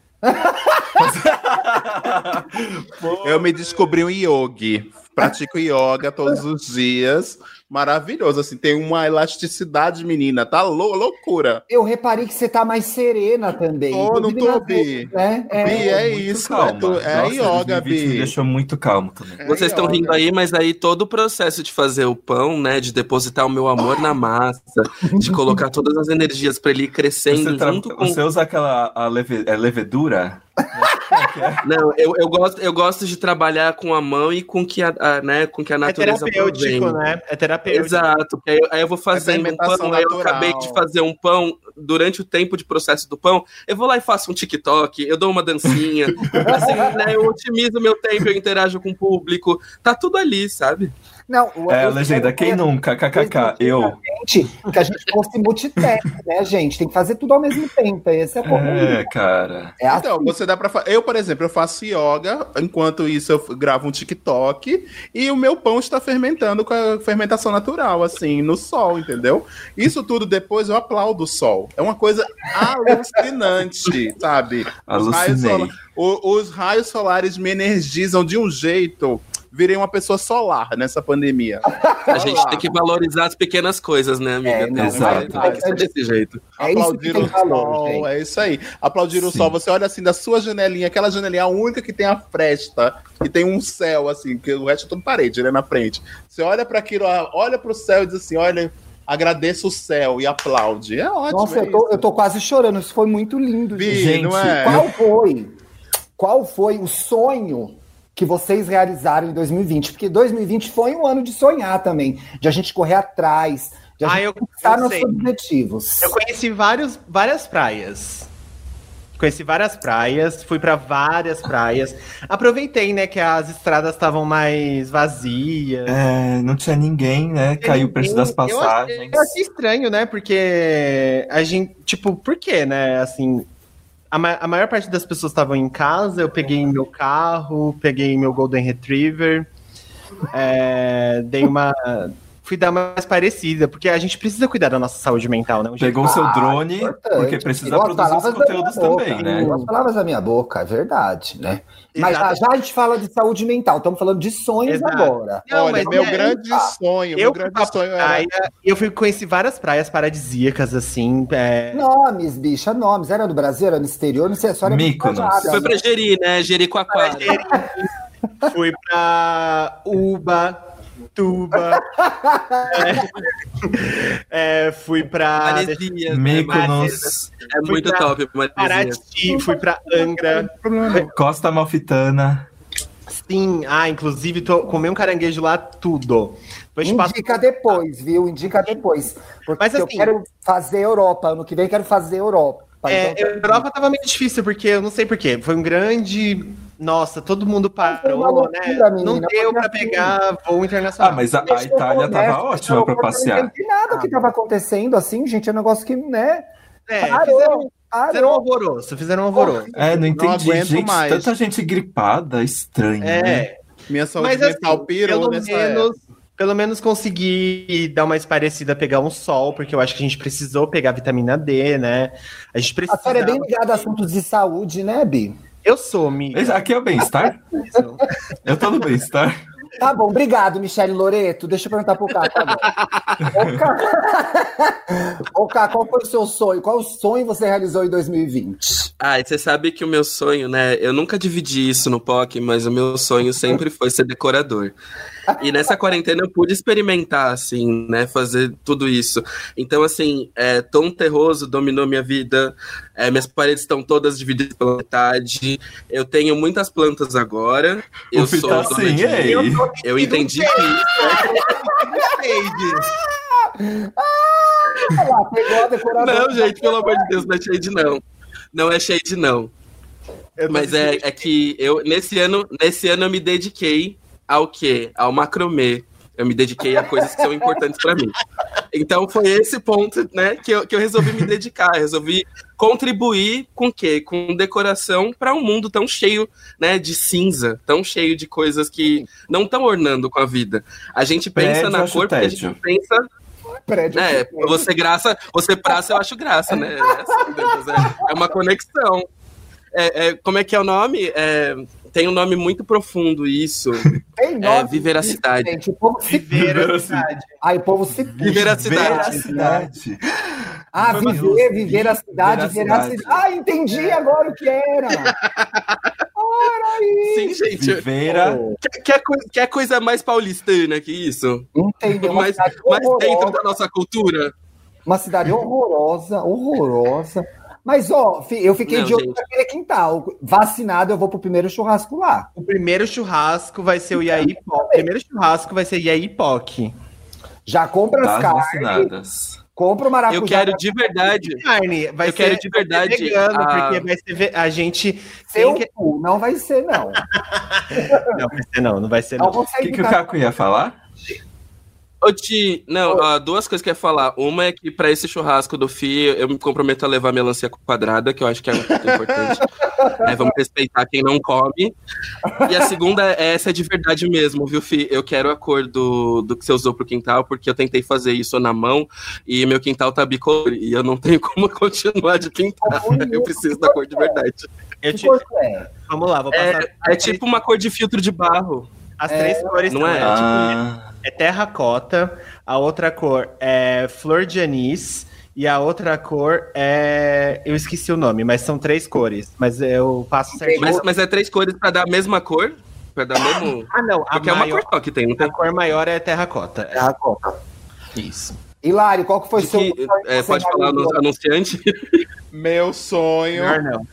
D: Eu me descobri um yogi. Pratico yoga todos os dias. Maravilhoso, assim, tem uma elasticidade, menina. Tá lou- loucura.
A: Eu reparei que você tá mais serena também.
D: Ô, não
A: Inclusive
D: tô,
A: nas
D: Bi.
A: redes, Né?
D: Bi,
A: É.
D: é
C: Muito
D: isso.
C: calma.
D: É, tu- é
C: Nossa,
D: yoga,
C: 2020 Me
D: Bi.
C: deixou muito calmo também.
D: É
E: Vocês estão
D: yoga.
E: rindo aí, mas aí todo o processo de fazer o pão, né, de depositar o meu amor na massa, de colocar todas as energias pra ele ir
C: Você,
E: crescendo
C: tra-
E: junto com
C: você usa aquela a leve- é levedura?
E: Não, eu, eu, gosto, eu gosto de trabalhar com a mão e com que a, a- né, com que a
B: É
E: natureza
B: terapêutico,
E: provém.
B: né? É terapêutico.
E: Exato, porque aí, aí eu vou fazendo um
D: fermentação
E: pão, aí eu
D: natural.
E: acabei de fazer um pão, durante o tempo de processo do pão, eu vou lá e faço um TikTok, eu dou uma dancinha, assim, né, eu otimizo meu tempo, eu interajo com o público, tá tudo ali, sabe?
A: Não, o-
C: É, a
A: eu-
C: legenda, quem nunca? KKK, eu.
A: Gente, que a gente fosse multitask, né, gente? Tem que fazer tudo ao mesmo tempo. Esse é o é.
C: É, cara.
A: é assim.
D: Então, você dá pra fa... Eu, por exemplo, eu faço yoga, enquanto isso eu f- gravo um TikTok e o meu pão está fermentando com a fermentação natural, assim, no sol, entendeu? Isso tudo depois eu aplaudo o sol. É uma coisa alucinante, sabe? Raios
C: Alucinei.
D: sola- o- os raios solares me energizam de um jeito. Virei uma pessoa solar nessa pandemia.
E: A gente tem que valorizar as pequenas coisas, né, amiga?
A: É, não,
C: exato.
E: Tem que ser desse jeito.
A: É isso que
D: Aplaudir
A: tem
D: o
A: valor,
D: sol,
A: gente.
D: é isso aí. Aplaudir o
C: Sim.
D: sol. Você olha assim da sua janelinha, aquela janelinha única que tem a fresta e tem um céu assim, que o resto é tudo parede, né, na frente. Você olha para aquilo, ó, olha para o céu e diz assim, olha, agradeço o céu e aplaude. É ótimo.
A: Nossa,
D: é
A: eu tô,
D: isso.
A: eu tô quase chorando. Isso foi muito lindo,
D: Vi,
A: gente.
D: não
C: gente,
D: é?
A: Qual foi? Qual foi o sonho que vocês realizaram em 2020? Porque 2020 foi um ano de sonhar também, de a gente correr atrás, de a
B: Ah,
A: gente tá
B: eu,
A: conquistar
B: eu
A: nossos
B: sei.
A: objetivos.
B: Eu conheci vários, várias praias. Conheci várias praias, fui pra várias praias. Aproveitei, né, que as estradas estavam mais vazias.
C: É, não tinha ninguém, né? Caiu o preço das
B: Eu achei-
C: passagens.
B: Eu achei estranho, né? Porque a gente, tipo, por quê, né? Assim, a, ma- a maior parte das pessoas estavam em casa, eu peguei meu carro, peguei meu Golden Retriever, é, dei uma. Fui dar uma mais parecida, porque a gente precisa cuidar da nossa saúde mental, né? gente?
C: Pegou o seu drone,
A: importante.
C: porque precisa
A: Tirou as
C: produzir os
A: palavras da
C: conteúdos
A: minha boca,
C: também, né?
A: tirou As palavras da minha boca, é verdade, né? Mas
B: Exato.
A: já, já a gente fala de saúde mental, estamos falando de sonhos
B: Exato.
A: agora.
B: Não,
D: olha,
B: mas
D: meu
B: é,
D: grande sonho,
B: eu
D: meu
B: fui
D: grande
B: pra
D: sonho é era
B: praia, e eu fui conheci várias praias paradisíacas, assim. é,
A: Nomes, bicha, nomes. Era do Brasil, era no exterior, não sei, a senhora é muito
C: Mykonos.
A: viajada,
E: Foi pra
A: né?
E: gerir, né? Gerir com a quadra.
B: Fui pra Uba, Tuba. é, é, fui pra
E: Maresias, né? Maresias.
C: Mykonos,
E: É muito
B: pra
E: top, Maresias.
B: Paraty, fui pra Angra.
C: Costa Malfitana.
B: Sim, ah, inclusive tô, comi um caranguejo lá, tudo. Depois
C: Um
B: te passo-
A: Indica depois, viu? Indica depois. Porque
B: Mas,
A: eu
B: assim,
A: quero fazer Europa. Ano que vem quero fazer Europa.
B: É,
A: Então,
B: Europa tava meio difícil, porque eu não sei porquê. Foi um grande. Nossa, todo mundo
A: uma
B: parou,
A: loucura,
B: né? Não
A: menina, porque
B: deu pra
A: assim-
B: pegar voo
C: Ah,
B: internacional.
C: mas a, a
A: deixa eu
C: Itália
A: começar,
C: tava ótima pra
A: porque Eu não
C: passear.
A: entendi nada que estava acontecendo assim, gente. É um negócio que, né?
B: É,
A: parou,
B: fizeram, fizeram um
A: parou.
B: alvoroço, fizeram um alvoroço.
C: É, não entendi.
D: aguento
C: gente,
D: mais.
C: tanta gente gripada, estranho. né?
B: É.
D: minha saúde
B: Mas assim,
D: mental pirou
B: pelo
D: nessa época.
B: menos, pelo menos consegui dar uma esparecida, pegar um sol, porque eu acho que a gente precisou pegar vitamina D, né? A gente
A: A
B: precisa.
A: senhora é bem ligada a assuntos de saúde, né, Bi?
B: Eu sou, amiga.
C: Esse Aqui é o bem-estar? Eu tô no bem-estar.
A: Tá bom, obrigado, Michele Loreto. Deixa eu perguntar pro Cá, tá bom. Ô, Cá- Ô, Cá, qual foi o seu sonho? Qual sonho você realizou em 2020?
E: Ah, e você sabe que o meu sonho, né? Eu nunca dividi isso no POC, mas o meu sonho sempre foi ser decorador. E nessa quarentena eu pude experimentar, assim, né? Fazer tudo isso. Então, assim, é, Tom Terroso dominou minha vida. É, minhas paredes estão todas divididas pela metade. Eu tenho muitas plantas agora. Eu sou
C: Tá
E: dona
C: assim,
E: de-
C: ei.
E: Eu entendi que
A: Olha lá, pegou Tá a decoradora.
E: Não, gente, pelo amor de Deus, não é shade, não. Não é shade, não.
B: Eu tô
E: Mas é, é que eu, nesse ano, nesse ano eu me dediquei ao quê? Ao macromê. Eu me dediquei a coisas que são importantes pra mim. Então foi esse ponto, né, que eu, que eu resolvi me dedicar. Eu resolvi contribuir com o quê? Com decoração pra um mundo tão cheio, né, de cinza, tão cheio de coisas que não estão ornando com a vida. A gente pensa
C: Prédio,
E: na
C: acho
E: cor, porque a gente
C: tédio.
E: pensa
A: Prédio
E: é, você graça, você praça, eu acho graça, né? É, assim, Deus, é- é uma conexão. É, é, como é que é o nome? É, tem um nome muito profundo isso.
A: tem
E: É
A: nome,
E: viveracidade.
A: gente. O povo se...
B: viver a
C: Assim.
B: cidade.
A: Aí o povo se...
E: Viveracidade.
C: Veracidade.
A: Ah,
C: Foi mais
A: viver,
C: justo.
A: viver a cidade,
C: Viver
A: viver
C: a
A: a
C: cidade. É.
A: cidade. Ah, entendi agora o que era. Ora aí.
E: Sim, gente.
C: Viveira.
E: Que, que é coi- que é coisa mais paulistana que isso?
A: Entendi. Uma
E: Mas,
A: cidade
E: mas dentro
A: horrorosa.
E: da nossa cultura.
A: Uma cidade horrorosa, horrorosa. Mas, ó, fi- eu fiquei
E: Não,
A: de olho
E: gente.
A: naquele quintal. Vacinado, eu vou pro primeiro churrasco lá.
B: O primeiro churrasco vai ser o Iaipoc. O primeiro churrasco vai ser Iaipoc.
A: Já compra as
C: Das
A: carnes,
C: vacinadas.
A: compra o maracujá.
E: Tá Eu quero de verdade.
B: Carne, Tá vai
E: Eu
B: ser
E: quero de verdade
B: vegano,
E: a-
B: porque vai ser ve- a gente
A: Seu
B: tem que-
A: cu, não vai ser, não.
B: Não, vai ser não, não vai ser
A: Não
B: não.
A: vou
C: O
A: sair
C: que,
A: do
C: que o
A: carro.
C: Caco ia falar?
E: Ô, Ti, não, ó, duas coisas que eu ia falar. Uma é que pra esse churrasco do FI, eu me comprometo a levar melancia quadrada, que eu acho que é muito importante. É, vamos respeitar quem não come. E a segunda é essa é de verdade mesmo, viu, Fi? Eu quero a cor do, do que você usou pro quintal, porque eu tentei fazer isso na mão e meu quintal tá bicolor e eu não tenho como continuar de quintal. Eu preciso da cor de verdade.
B: Eu
A: Que
B: te-
A: coisa é?
B: Vamos lá, vou passar
E: É tipo uma cor de filtro de barro.
B: as três cores.
E: não é?
B: são, tipo,
C: Ah,
B: é terracota, a outra cor é flor de anis e a outra cor é. Eu esqueci o nome, mas são três cores. Mas eu passo certinho.
E: Mas, mas é três cores pra dar a mesma cor? Pra dar o mesmo.
B: Ah, não, a,
E: Porque é uma
B: maior,
E: cor só que tem, não tem?
B: a cor maior é terracota.
A: É a Copa.
B: Isso.
A: Hilário, qual que foi
E: De
A: seu.
E: que, é, pode falar no anunciante?
D: Meu sonho,
B: Melhor não.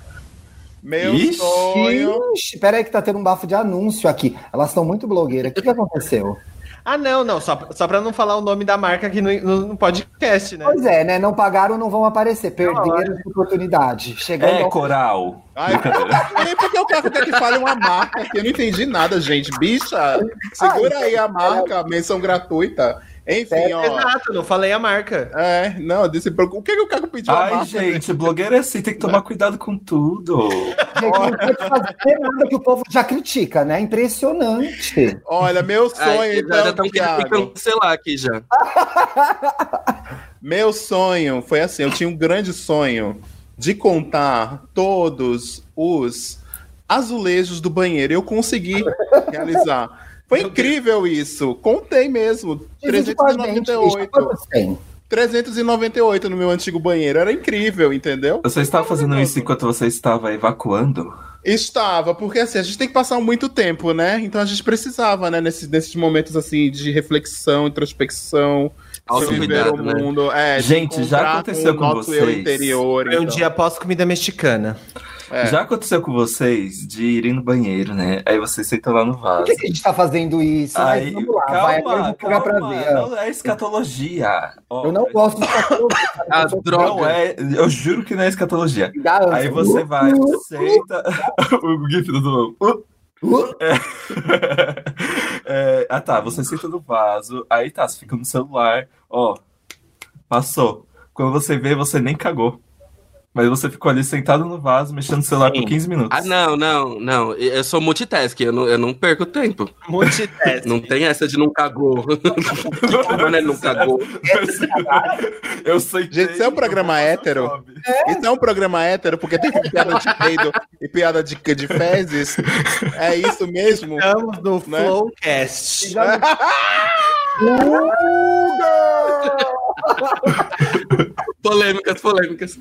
D: meu
C: Ixi.
D: sonho.
A: Ixi, peraí que tá tendo um bafo de anúncio aqui. Elas estão muito blogueiras. O que, que aconteceu?
B: Ah, não, não. Só, só pra não falar o nome da marca aqui no, no- no podcast, né?
A: Pois é, né? Não pagaram, não vão aparecer. Perderam a oportunidade. Chegando
C: é
A: ao-
C: coral.
D: Ai, e por que o Caco quer que fale uma marca aqui? Eu não entendi nada, gente. Bicha, segura aí a marca, menção gratuita.
A: É,
D: Enfim, ó.
B: Exato, não falei a marca.
D: É, não, eu disse, o que, que o Caco pediu a
C: Ai,
D: marca?
C: gente, blogueiro é assim, tem que tomar cuidado com tudo.
A: Gente, não pode fazer nada que o povo já critica, né? Impressionante.
D: Olha, meu sonho,
E: Ai, Ah, já
D: então,
E: estão querendo me
D: Thiago.
E: cancelar aqui já.
D: Meu sonho foi assim, eu tinha um grande sonho de contar todos os azulejos do banheiro. Eu consegui realizar. Foi incrível isso. Contei mesmo.
A: Divide com a gente, bicho.
D: 398.
A: Quantos tem?
D: 398 no meu antigo banheiro. Era incrível, entendeu?
C: Você estava fazendo isso enquanto você estava evacuando?
D: Estava, porque assim, a gente tem que passar muito tempo, né? Então a gente precisava, né, nesses, nesses momentos assim de reflexão, introspecção, de viver
E: Autocuidado,
D: o
E: né?
D: mundo. É, de
C: Gente, já
D: encontrar
C: aconteceu
D: o
C: com
D: nosso eu
C: vocês?
D: interior.
B: Foi um
D: então.
B: dia após comida mexicana.
D: É.
C: Já aconteceu com vocês de irem no banheiro, né? Aí vocês sentam lá no
A: Por
C: vaso.
A: que, que a gente tá fazendo isso? Mas
C: Aí,
A: vamos lá, vai. Agora eu
C: calma,
A: vou pegar pra
C: calma,
A: ver.
C: não é escatologia. Ó,
A: Eu não gosto de
E: Ah,
A: ficar
E: droga.
C: não é, eu juro que não é escatologia.
A: Me dá ânsia.
C: Aí você vai, senta. o gif do. Uh, uh. É, ah tá, você senta no vaso, aí tá, você fica no celular, ó. Passou. Quando você vê, você nem cagou. Mas você ficou ali sentado no vaso, mexendo no celular
B: Sim.
C: por 15 minutos.
E: Ah, não, não, não. Eu sou multitasking, eu não, eu não perco tempo.
B: Multitask.
E: Não tem essa de não cagou. Mano, ele não cagou.
C: Eu sei que.
D: Gente, isso é um programa hétero? Isso é um programa hétero, porque tem piada de peido e piada de, de fezes. É isso mesmo?
B: Estamos no
D: Né?
B: Flowcast.
E: Polêmicas,
C: É.
E: polêmicas.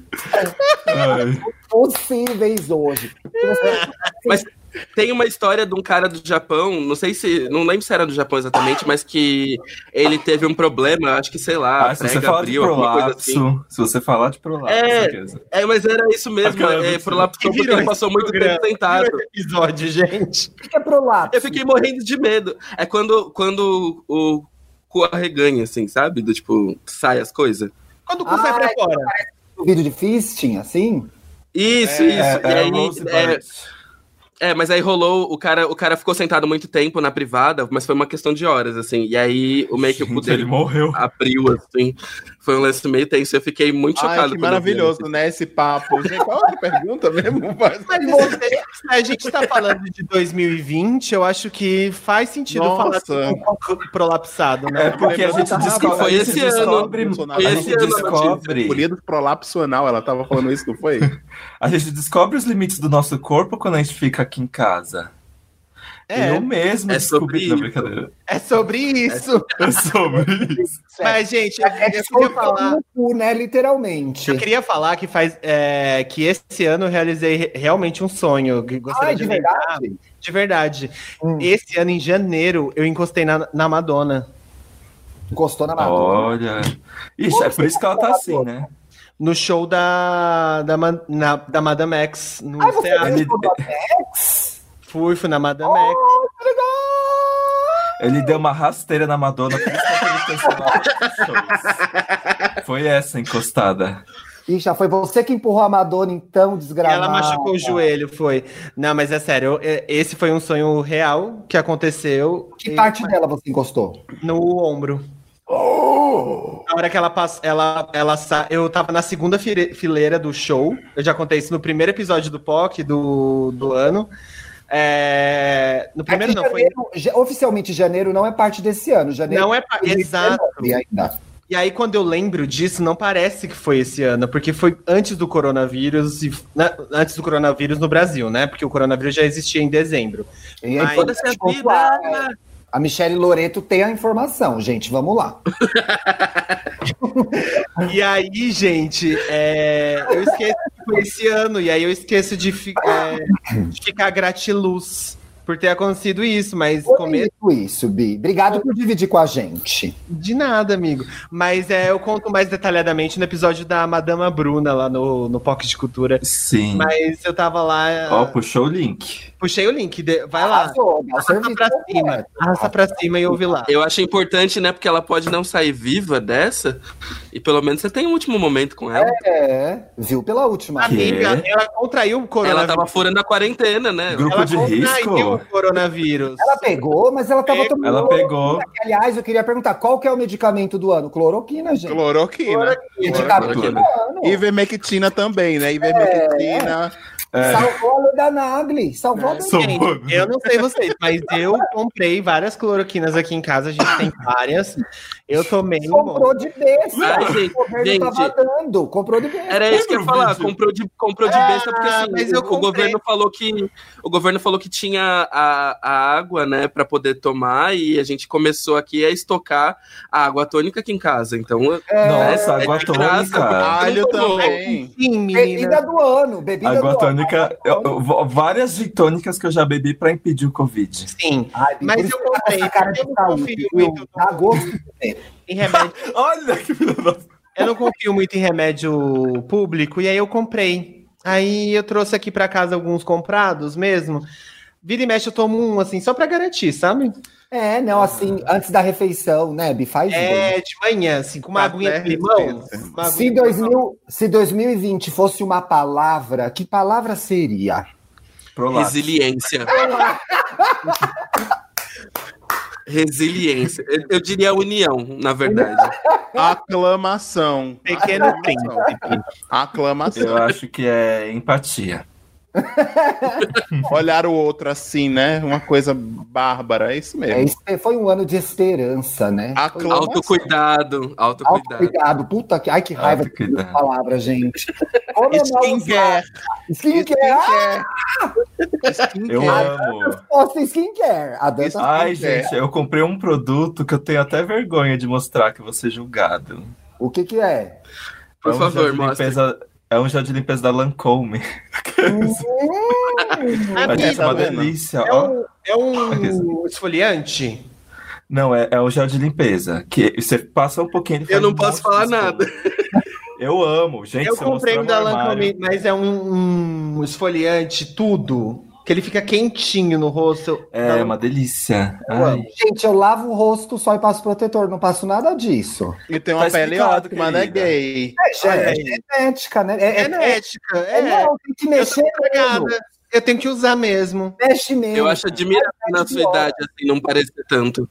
A: Então, possíveis hoje. Você-
E: Mas Tem uma história de um cara do Japão, não sei se. Não lembro se era do Japão exatamente, mas que ele teve um problema, acho que, sei lá,
C: Ah, se você falar de prolapso, se você falar de prolapso,
E: É,
C: certeza.
E: assim. É, mas era isso mesmo.
C: Aquela
E: É,
C: vez-
E: prolapsou
B: Que
E: porque
B: virou
E: ele passou
B: esse
E: muito
B: programa.
E: tempo sentado.
B: episódio, gente.
A: O que é prolapso?
E: Eu fiquei morrendo de medo. É quando, quando o cu arreganha, assim, sabe? Do tipo, sai as coisas.
B: Quando o cu sai pra
A: Ai,
B: fora.
A: Um vídeo de fisting, assim?
E: Isso, isso.
C: É, é,
E: e
C: Rose
E: aí, é,
C: Byrne.
E: é, mas aí rolou, o cara, o cara ficou sentado muito tempo na privada, mas foi uma questão de horas, assim. E aí o meio que o cu
C: Gente, ele
E: dele
C: morreu.
E: abriu, assim. Foi um lance meio tenso. Eu fiquei muito chocado.
D: Ai, que
E: quando eu vi
D: maravilhoso, né? Esse papo. Gente, qual é a outra pergunta mesmo? Mas-
B: Mas você- a gente tá falando de 2020, eu acho que faz sentido
D: Nossa.
B: falar de um pouco prolapsado,
C: É
B: né?
C: porque a
D: Lembrança
C: gente
D: da Rafa,
C: descobre.
E: foi
C: a gente
E: esse ano.
C: descobre-
D: Bolsonaro.
C: A
E: Foi
C: gente
E: esse ano,
C: descobre.
D: Folia do prolapso anal, ela tava falando isso, não foi?
C: A gente descobre os limites do nosso corpo quando a gente fica aqui em casa.
B: É,
C: Eu mesmo
E: É
C: descobri.
E: sobre
C: Não,
E: isso. É
C: brincadeira.
B: é sobre isso.
C: Eu soube.
B: Mas, gente, É, eu, eu queria falar.
A: É no cu, né? Literalmente.
B: Eu queria falar que faz é, que esse ano eu realizei re- realmente um sonho. que Gostaria
A: Ai, de verdade?
B: De verdade.
A: Hum.
B: Esse ano, em janeiro, eu encostei na, na Madonna.
A: Encostou na mão.
C: Olha. Ixi, é por isso que ela tá assim, né?
B: No show da, da, Ma- na, da Madame X. No
A: Ai, você Oh,
B: CA.
A: viu o show do
B: Fui, fui na Madame X.
C: Ele deu uma rasteira na Madonna, por isso que ele cancelou os shows. Foi essa encostada.
A: Ih, já foi você que empurrou a Madonna, então, desgraçada.
B: Ela machucou o joelho, foi. Não, mas é sério, eu- é- esse foi um sonho real que aconteceu
A: Que tá-
B: e-
A: parte dela você encostou?
B: no ombro. Na hora que ela passa, ela, ela sa... eu tava na segunda file- fileira do show. Eu já contei isso no primeiro episódio do POC do, do ano. É, No primeiro
A: É que
B: não, foi.
A: janeiro- ja- Oficialmente, janeiro não é parte desse ano. Janeiro
B: Não é. pa- Exato.
A: E ainda.
B: E aí, quando eu lembro disso, não parece que foi esse ano, porque foi antes do coronavírus e né, antes do coronavírus no Brasil, né? Porque o coronavírus já existia em dezembro.
A: E é
B: Ai,
E: Foda-se a
A: importante pontuar, né?
E: vida!
A: A Michelle Loreto tem a informação, gente. Vamos lá.
B: E aí, gente, é, eu esqueço que foi esse ano, e aí eu esqueço de, fi- é, de ficar gratiluz por ter acontecido isso, mas começo
A: Bonito isso, Bi. Obrigado por dividir com a gente.
B: de nada, amigo. Mas é, eu conto mais detalhadamente no episódio da Madama Bruna lá no, no Pocket de Cultura.
C: Sim.
B: Mas eu tava
C: Ó,
B: lá,
C: puxou o link.
B: puxei o link, de- vai lá.
A: Arrasou, dá o
B: Arrasta
A: serviço
B: pra cima,
A: completo.
B: arrasta pra cima e ouve lá.
E: Eu acho importante, né? Porque ela pode não sair viva dessa. E pelo menos você tem um último momento com ela.
A: É, viu pela última.
C: Que-
B: Amiga, ela contraiu o
E: ela tava
B: coronavírus.
E: furando a quarentena, né?
C: Grupo de risco.
B: o coronavírus.
A: Ela pegou, mas ela
B: É,
A: tava tomando.
C: Ela pegou.
A: Que, Aliás, eu queria perguntar qual que é o medicamento do ano? Cloroquina, gente.
D: Cloroquina.
A: Medicamento do
C: Cloroquina.
E: né?
A: ano.
D: Ivermectina também, né? Ivermectina.
C: É,
A: Salvou a Leda Nagli. Salvou a
B: É,
A: Leda
C: sou bobo.
B: Eu não sei vocês, mas eu comprei várias cloroquinas aqui em casa, a gente tem várias. Eu tomei um
A: Comprou
B: monte.
A: de besta.
E: Ai, gente,
A: o governo
E: gente.
A: tava dando. Comprou de besta.
E: Era isso que eu ia
C: Lembra o
E: falar,
C: vídeo?
E: comprou de, comprou de
B: Ah,
E: besta, porque assim,
B: mas eu
E: o,
B: comprei.
E: governo falou que o governo falou que tinha a, a água, né, para poder tomar, e a gente começou aqui a estocar a água tônica aqui em casa. Então,
C: Nossa,
E: é
C: água
E: de graça,
C: tônica.
D: Alho
E: Não tomou.
D: também.
A: É,
B: Sim, menina.
A: Bebida do ano. Bebida
C: Água
A: do ano.
C: tônica. eu- eu- vó- várias gintônicas que eu já bebi pra impedir o Covid.
B: Sim.
A: Ai, Bi, por
B: Mas
A: isso
B: eu
A: que ela tá com
B: comprei.
A: essa cara
B: Eu
A: de
B: não
A: saúde.
B: confio
A: viu?
B: muito
A: Dá gosto.
B: em remédio.
C: Olha que filho da.
B: Eu não confio muito em remédio público, e aí eu comprei. Aí eu trouxe aqui pra casa alguns comprados mesmo. Vira e mexe, eu tomo um, assim, só pra garantir, sabe?
A: É, não, assim, antes da refeição, né, Bi? Faz bem.
B: É, de manhã, assim, com uma
D: Tá
B: aguinha de
D: certo,
B: limão.
D: Pedro.
B: uma
A: Se,
B: aguinha de
A: 2000, se 2020 fosse uma palavra, que palavra seria?
C: Pro lado.
E: resiliência. resiliência. Eu, eu diria união, na verdade.
D: Aclamação.
B: Pequeno
D: Aclamação.
C: Eu
D: Aclamação.
C: acho que é empatia.
D: Olhar o outro assim, né? Uma coisa bárbara. É Ah, isso
A: É,
D: mesmo.
A: espe- foi um ano de esperança, né?
D: Aclamação.
E: Autocuidado, autocuidado.
A: Autocuidado, puta que. Ai, que raiva
C: Autocuidado.
A: dessa palavra, gente. Como não usar?
D: Skincare.
A: Skincare. Ah,
D: Skincare.
C: Eu
D: Skincare.
C: amo.
A: Nossa, skincare. A Dan tá-
C: Ai,
D: skincare.
C: gente, eu comprei um produto que eu tenho até vergonha de mostrar que eu vou ser julgado.
A: O que que é?
E: Por
C: é um
E: favor,
C: gel de
E: mostra.
C: limpeza- É um gel de limpeza da Lancôme. Mas
B: Amiga,
C: essa é uma
B: mano.
C: delícia,
B: É
C: ó.
B: um, é um esfoliante?
C: Não, é, é o gel de limpeza. Que você passa um pouquinho. ele
E: Eu
C: faz
E: não
C: um
E: posso
C: monte
E: falar
C: de
E: nada.
C: escova. Eu amo, gente.
B: Eu
C: se
B: comprei
C: mostrar
B: um da
C: no
B: Lancome,
C: armário-
B: mas é um, um esfoliante tudo, que ele fica quentinho no rosto.
C: É
B: Não,
C: uma delícia.
B: eu
C: Ai.
B: amo.
A: Gente, eu lavo o rosto só e passo protetor, não passo nada disso.
D: E tem uma
C: Tá
D: pele
C: explicado,
D: ótima, né,
C: querida.
D: gay?
A: É, gen- é genética, né? É,
B: É
A: é, é,
B: genética,
A: é,
B: é.
A: não, tem que
B: Eu sou
A: mexer
B: entregada.
A: mesmo.
B: Eu tenho que usar mesmo.
A: Mexe mesmo.
E: Eu acho admirável na sua idade, assim, não parecer tanto.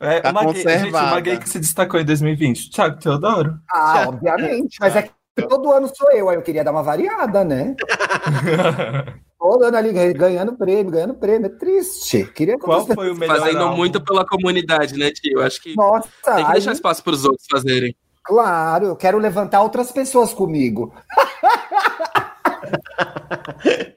C: É,
D: Tá
C: uma, gay, gente, uma
D: conservada.
C: gay que se destacou em 2020. Thiago Teodoro.
A: Ah, obviamente. Mas é que todo ano sou eu, aí eu queria dar uma variada, né? Todo ano ali ganha- ganhando prêmio, ganhando prêmio. É triste. Queria que
C: Qual
A: você-
C: foi o melhor
E: Fazendo
C: álbum?
E: muito pela comunidade, né, tio? Eu Acho que
A: Nossa,
E: tem que
A: ai,
E: deixar espaço pros outros fazerem.
A: claro, eu quero levantar outras pessoas comigo.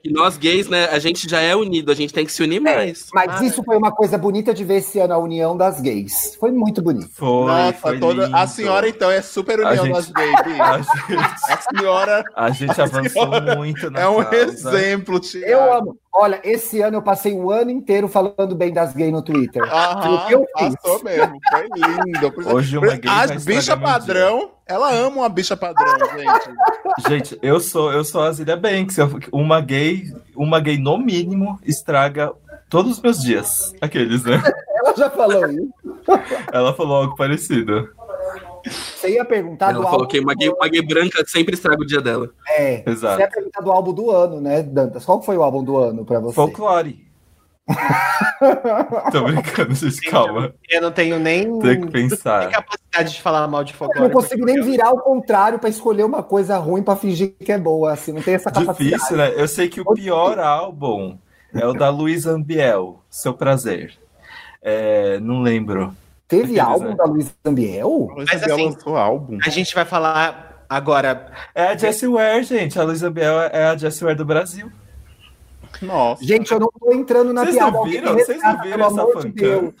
E: E nós gays, né, a gente já é unido, a gente tem que se
A: É,
E: unir mais.
A: Mas isso foi uma coisa bonita de ver esse ano, a união das gays. Foi muito bonito.
C: Foi,
D: Nossa,
C: foi
D: toda...
C: lindo.
D: a senhora, então, é super
C: A
D: união
C: gente-
D: das gays. bi.
C: A gente,
D: A senhora
C: a gente avançou
D: senhora
C: muito na
D: é um
C: causa.
D: exemplo, Tiago.
A: Eu amo. Olha, esse ano eu passei o ano inteiro falando bem das gays no Twitter.
D: Aham,
A: Eu fiz.
D: passou mesmo. Foi lindo. Por isso-
C: Hoje
D: por
C: uma
D: isso-
C: gay vai
D: As
C: estragar
D: bichas
C: meu dia.
D: padrão, ela ama uma bicha padrão, gente.
C: Gente, eu sou eu sou a Zilia Banks. Eu- Uma gay, uma gay no mínimo estraga todos os meus dias. Aqueles, né?
A: Ela já falou isso.
C: Ela falou algo parecido.
A: Você ia perguntar
E: Ela
A: tá do
E: falou
A: álbum.
E: que uma gay, uma gay branca sempre estraga o dia dela.
A: É,
C: Exato.
A: Você ia perguntar do álbum do ano, né, Dantas? Qual foi o álbum do ano pra você?
C: Folclore. Tô brincando, gente, calma.
B: Eu não tenho nem,
C: Tem que
B: nem
C: pensar.
B: capacidade de falar mal de
A: Eu
B: folclore.
A: não consigo nem
B: porque-
A: virar o contrário pra escolher uma coisa ruim pra fingir que é boa, assim, não tem essa capacidade.
C: Difícil, né? Eu sei que o pior álbum é o da Luísa Ambiel, Seu Prazer. É, não lembro.
A: Teve
C: Aqueles,
A: álbum
C: né?
A: da Luísa Ambiel?
D: Mas
B: assim-
D: lançou álbum.
B: A gente vai falar agora.
C: É a Jessie Ware, gente. A Luísa Ambiel é a Jessie Ware do Brasil.
D: Nossa.
A: Gente, eu não tô entrando na
C: Vocês
A: piada.
C: não
A: alguém me
C: viram? Vocês não
A: resgata,
C: viram
A: pelo
C: essa
A: amor de
C: fancam?
A: Deus.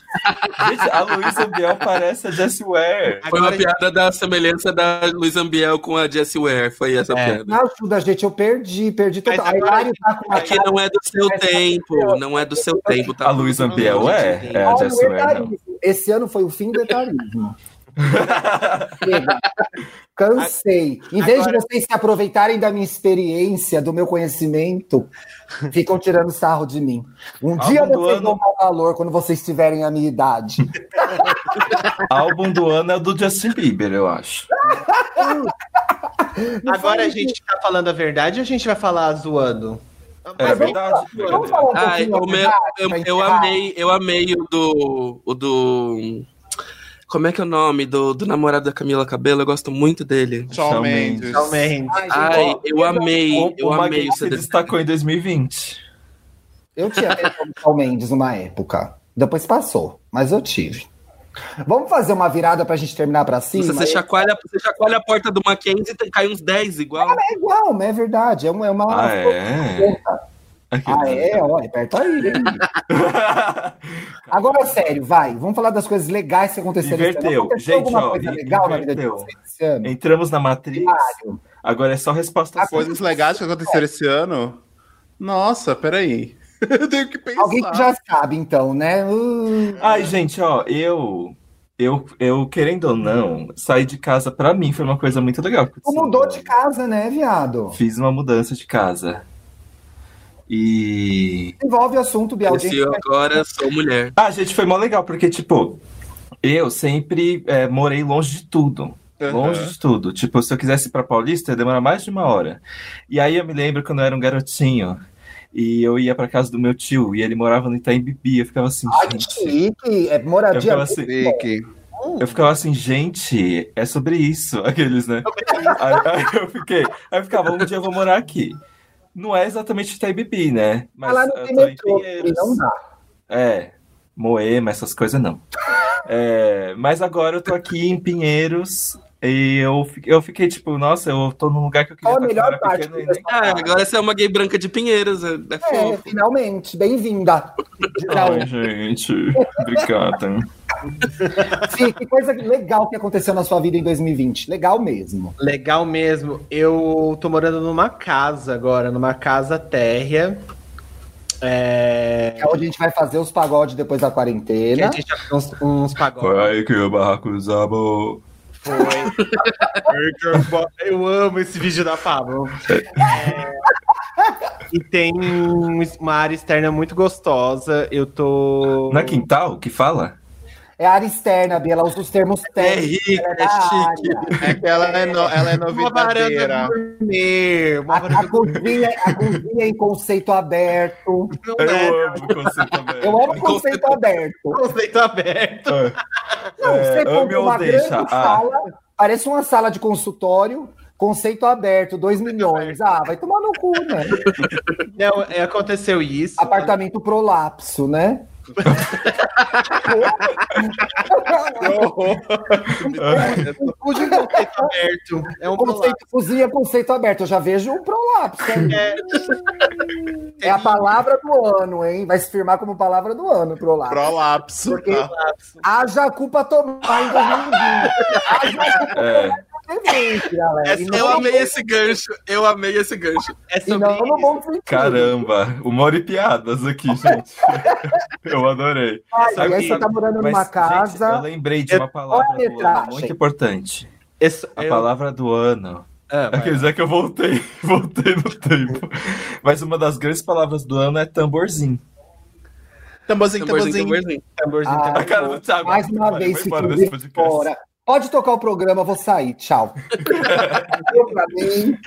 C: Gente, a Luísa Biel parece a Jessie Ware.
E: Foi
B: Agora
E: uma piada da semelhança da Luiz Ambiel com a Jessie Ware, foi essa
B: É.
E: piada.
A: Me ajuda, gente, eu perdi, perdi
B: Mas
A: total. A
B: agora-
A: Hilary tá com uma
E: Aqui não é do seu tempo, não é do seu tempo, tá?
C: A Luísa Ambiel é, é a
A: Olha o
C: Jessie Ware. não.
A: um etarismo. Esse ano foi o fim do etarismo. tá Chega. Cansei. Em vez
B: Agora-
A: de vocês se aproveitarem da minha experiência, do meu conhecimento, ficam tirando sarro de mim. Um dia
C: Álbum do
A: vocês
C: ano.
A: vão dar valor quando vocês tiverem a minha idade.
C: Álbum do ano é o do Justin Bieber, eu acho.
B: Agora a gente tá falando a verdade ou a gente vai falar zoando?
C: É verdade.
A: Vamos falar um
E: Ai,
A: pouquinho da
E: o meu,
A: verdade
E: eu,
A: pra
E: eu
A: encerrar?
E: amei, eu amei o do. O do. Como é que é o nome? Do, do namorado da Camila Cabelo, eu gosto muito dele.
D: Shawn
C: Shawn
D: Mendes.
C: Mendes.
B: Realmente.
A: Ai, gente,
E: Ai,
A: ó,
E: eu amei, eu
C: Uma gay
E: amei o
C: que se
E: CD.
C: destacou em 2020.
A: Eu tinha tentado o Mendes uma época. Depois passou, mas eu tive. Vamos fazer uma virada pra gente terminar pra cima?
E: Nossa, você, chacoalha, você chacoalha a porta do Mackenzie e tem- cai uns 10 igual.
A: É igual, mas é verdade. É uma. É uma...
C: Ah, é?
A: Ah, é? Ó, aperta aí. hein? Agora, sério, vai. Vamos falar das coisas legais que aconteceram. esse ano.
C: Inverteu.
A: Aconteceu
C: Gente,
A: alguma
C: ó,
A: coisa
C: in-
A: legal na vida de
C: inverteu.
A: vocês esse ano?
C: Entramos na Matrix,
A: Hilário.
C: agora é só resposta
A: Ah,
C: certa.
D: Coisas legais que aconteceram esse ano. Nossa, peraí. Eu tenho que pensar.
A: Alguém que já sabe, então, né? Uh,
C: Ai, gente, ó, eu, eu, eu, querendo ou não, sair de casa pra mim foi uma coisa muito legal.
A: tu mudou de casa, né, viado?
C: Fiz uma mudança de casa. E.
A: Envolve o assunto, Bial.
E: Esse eu agora sou mulher.
C: Ah, gente, foi mó legal, porque, tipo, eu sempre é, morei longe de tudo.
D: Aham.
C: Longe de tudo. Tipo, se eu quisesse ir pra Paulista, ia demorar mais de uma hora. E aí eu me lembro quando eu era um garotinho. E eu ia pra casa do meu tio, e ele morava no Itaim Bibi. Eu ficava assim,
A: Ai, que
C: gente.
A: chique. É
C: Eu
A: moradia.
C: ficava assim,
D: Rick.
C: eu ficava assim, gente, é sobre isso. Aqueles, né? aí, aí eu fiquei. Aí eu ficava, um dia eu vou morar aqui. Não é exatamente Itaim Bibi, né? Mas
A: Lá não
C: eu
A: tem
C: tô em
A: metrô,
C: Pinheiros.
A: é não dá.
C: É, Moema, essas coisas não. É, mas agora eu tô aqui em Pinheiros e eu, fi- eu fiquei tipo, nossa, eu tô num lugar que eu queria
A: Qual a
C: estar
A: melhor
C: quando era
A: parte
C: pequeno e
A: do
C: nem-
E: Ah, agora você é uma gay branca de Pinheiros, é, é
A: É,
E: fofo.
C: Ah,
A: finalmente, bem-vinda. Diz a
C: Ai,
A: outra.
C: gente, obrigada.
A: Fih, que coisa legal que aconteceu na sua vida em 2020. Legal mesmo.
B: Legal mesmo. Eu tô morando numa casa agora, numa casa térrea. É...
A: É onde a gente vai fazer os pagodes depois da
B: que A
A: quarentena.
B: gente já fez uns, uns
C: Foi
B: pagodes.
C: aí que o barraco desabou.
B: Foi. Eu amo esse vídeo da Pablo. É, E tem um uma área externa muito gostosa. Eu tô.
C: Na é quintal, que fala?
A: É área externa, Bia. Ela usa os termos
E: É
A: técnicos.
E: rica,
A: da
E: é
A: área.
E: chique.
D: É que ela é, no, ela é
B: Uma varanda
D: novidadeira.
B: gourmet. Uma
A: A,
B: varanda
A: a, cozinha, a cozinha é em conceito aberto.
B: não
C: Eu
B: é
C: amo o conceito também.
A: Eu amo conceito aberto.
B: conceito aberto.
A: Não,
C: É,
A: você
C: ame
A: compra
C: ou
A: uma
C: deixa.
A: grande
C: Ah.
A: sala, parece uma sala de consultório, conceito aberto, 2 milhões. Ah, vai tomar no cu, né?
B: Não, é, aconteceu isso.
A: Apartamento prolapso, né?
B: Tudo em conceito aberto. É um
A: conceito cozinha, conceito aberto. Eu já vejo um prolapso. hein?
B: É.
A: É a palavra do ano, hein? Vai se firmar como palavra do ano, prolapso.
D: Prolapso.
A: Porque-
D: Tá?
A: Haja culpa tomar em 2020. Haja culpa
C: É.
A: tomar em 2020, galera. E
B: Essa
A: não,
E: Eu amei esse gancho, eu amei esse gancho.
B: É
A: e
B: sobre
A: não no
B: isso.
A: bom sentido.
C: Caramba, uma hora e piadas aqui, gente. Eu adorei.
A: Ai,
C: sabe
A: e aí
C: que-
A: você tá morando numa
C: Mas, gente, tá- eu
A: casa.
C: lembrei de uma palavra
A: Olha a
C: do ano
A: metragem.
C: muito importante.
B: É so-
C: A
B: eu-
C: palavra do ano.
B: Ah, vai.
C: Ah, Quer dizer que eu voltei, voltei no tempo. Mas uma das grandes palavras do ano é tamborzinho.
D: Tamborzinho,
E: Tamborzinho,
D: tamborzinho.
E: tamborzinho.
B: Tamborzinho,
A: Ah,
C: A
B: tamborzinho.
C: cara do Thiago.
A: mais uma
C: Vai,
A: vez
C: vai
A: fiquei
C: embora
A: de
C: desse podcast.
A: fora. Pode tocar o programa, vou sair. Tchau. Deu pra mim.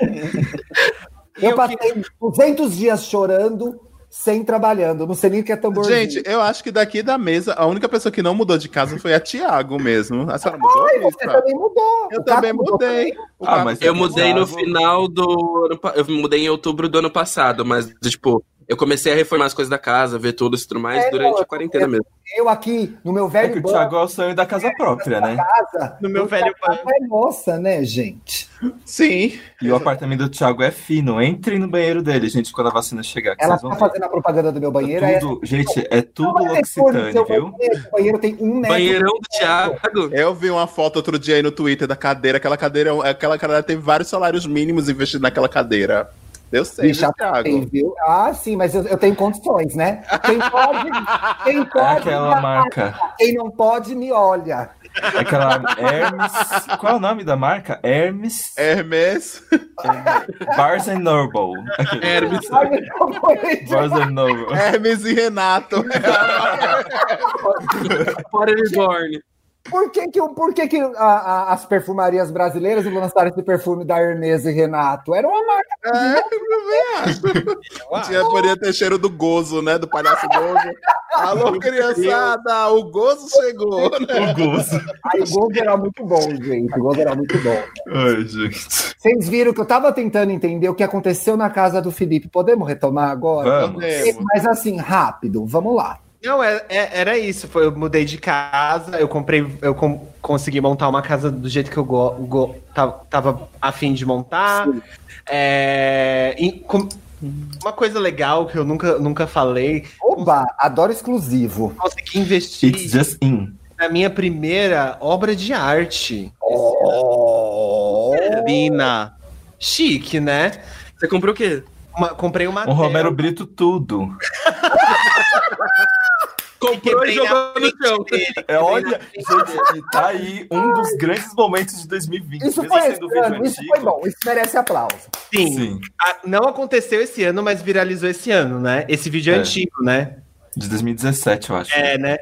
A: Eu passei 200 dias chorando sem trabalhando. Não sei nem o que é tamborzinho.
D: Gente, eu acho que daqui da mesa, a única pessoa que não mudou de casa foi a Tiago mesmo. A senhora mudou?
A: Ai, você
D: Lisa?
A: também mudou.
D: Eu
A: O Caco
D: também
A: mudou
D: mudei. O
C: Ah,
D: Caco-
C: mas
E: Eu mudei no
C: Thiago-
E: final do. ano pa- Eu mudei em outubro do ano passado, mas, tipo, eu comecei a reformar as coisas da casa, ver tudo e tudo mais
A: É,
E: durante
A: não,
E: a quarentena mesmo.
A: Eu aqui, no meu
C: É
A: velho
C: que o
A: banco
C: Thiago é o sonho da casa própria, né?
A: casa.
B: No meu velho banco.
A: É nossa, né, gente?
D: Sim.
C: E o apartamento do Thiago é fino. Entrem no banheiro dele, gente, quando a vacina chegar. Que
A: Ela
C: vocês
A: tá
C: vão ver.
A: fazendo a propaganda do meu banheiro. aí
C: É
A: ela-
C: tudo, gente, é tudo
A: Não, mas depois do
C: L'Occitane,
A: seu
C: viu?
A: Banheiro, o banheiro tem um metro.
E: Banheirão do Thiago.
D: Eu vi uma foto outro dia aí no Twitter da cadeira. Aquela cadeira, é um, aquela cadeira teve vários salários mínimos investidos naquela cadeira. Eu sei,
A: Bicha,
D: viu,
A: Tem,
D: Thiago.
A: viu? Ah, sim, mas eu, eu tenho condições, né? Quem pode, quem
C: É
A: pode,
C: aquela marca.
A: quem não pode, me olha.
C: é Aquela Hermes. Qual é o nome da marca? Hermes.
D: Hermes.
C: Barnes and Noble. Aquele.
B: É.
E: Hermes.
A: Ai, me confunde.
C: Barnes and Noble.
D: Hermes e Renato.
E: Foreign
A: Por que, que, por que, que a- a- as perfumarias brasileiras não lançaram esse perfume da Hermes e Renato? Era uma marca.
D: É, Tinha, poderia ter cheiro do gozo, né? Do palhaço gozo. Alô, criançada, o gozo chegou.
C: O gozo.
A: Aí o Gold era muito bom, gente. O Gold era muito bom.
C: Ai, gente.
A: Vocês viram que eu tava tentando entender o que aconteceu na casa do Felipe. Podemos retomar agora?
C: Vamos.
B: É.
A: Mas assim, rápido, vamos lá.
B: Não, é- é- era isso. Foi, eu mudei de casa, eu comprei, eu com- consegui montar uma casa do jeito que eu go, go- ta- tava afim de montar. É, e com- uma coisa legal que eu nunca, nunca falei,
A: Oba, adoro exclusivo.
B: consegui investir
C: It's just in.
B: na minha primeira obra de arte.
A: Oh.
B: Lina. Chique, né?
E: Você comprou o quê?
B: Uma- comprei uma
C: Um Romero Brito tudo.
E: Comprou e jogou no chão.
C: É, olha, gente, e tá aí um dos grandes momentos de 2020.
A: Isso
C: mesmo
A: foi
C: sendo um vídeo
A: estranho, isso
C: antigo.
A: foi bom, isso merece aplauso.
B: Sim.
C: Sim,
B: Ah, não aconteceu esse ano, mas viralizou esse ano, né? Esse vídeo é,
C: É.
B: antigo, né?
C: de 2017, eu acho.
B: É, né?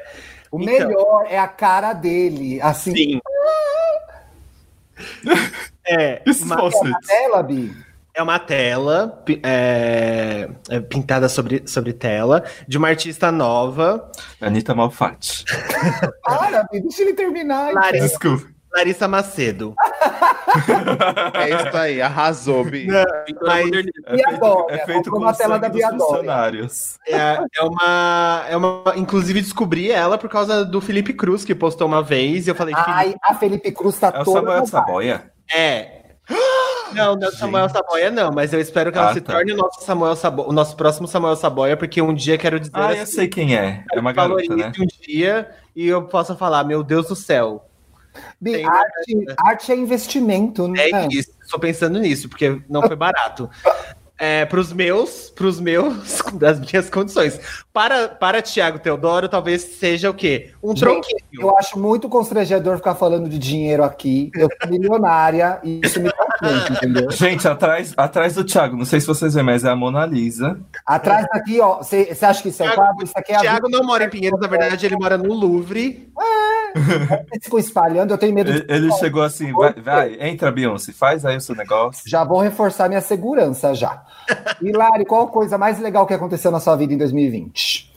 A: O
B: Então,
A: melhor é a cara dele, assim,
B: Sim. é,
C: Isso
B: uma-
C: você.
A: tela, Bi.
B: é uma tela pi- é, é pintada sobre, sobre tela de uma artista nova,
C: Anitta Malfatti.
A: Para, Bi, deixa ele terminar. então.
B: Larissa.
C: Desculpa.
B: Larissa Macedo.
D: É isso aí, arrasou, Bi.
E: Então, moderniza.
C: É
A: E
C: feito,
A: agora?
C: é
A: Vamos
C: feito com
A: pra
C: a
A: tela
C: tela
A: da Bia Dória.
C: funcionários.
B: É, é uma, é uma. Inclusive, descobri ela por causa do Felipe Cruz, que postou uma vez, e eu falei,
A: Ai, a Felipe Cruz tá
C: É o
A: toda.
C: Samuel Saboia?
B: Felipe, é. Não, não é o Samuel Saboia, não, mas eu espero que ela
C: Ah,
B: se
C: tá.
B: torne o nosso, Samuel Sabo... o nosso próximo Samuel Saboia, porque um dia quero dizer
C: Ah,
B: assim,
C: eu sei quem é. É uma garota, né?
B: valorize um dia e eu possa falar, meu Deus do céu.
A: Bi,
B: Tem né?
A: arte, arte é investimento, né?
B: É isso, estou pensando nisso, porque não foi barato. É, para os meus, para os meus, das minhas condições. Para, para Tiago Teodoro, talvez seja o quê? Um
A: Gente,
B: tronquinho.
A: Eu acho muito constrangedor ficar falando de dinheiro aqui. Eu sou milionária e isso me confunde, entendeu?
C: Gente, atrás, atrás do Thiago, não sei se vocês veem, mas é a Mona Lisa.
A: Atrás daqui, ó, você acha que isso é o
B: Thiago-
A: quadro? Isso aqui é a vida.
B: Tiago não mora em Pinheiros, na verdade, ele mora no Louvre.
A: Vocês ficam espalhando, eu tenho medo de...
C: Ele, ele chegou assim, vai, vai, entra, Beyoncé, faz aí o seu negócio.
A: Já vou reforçar minha segurança já. E Lari, qual a coisa mais legal que aconteceu na sua vida em 2020?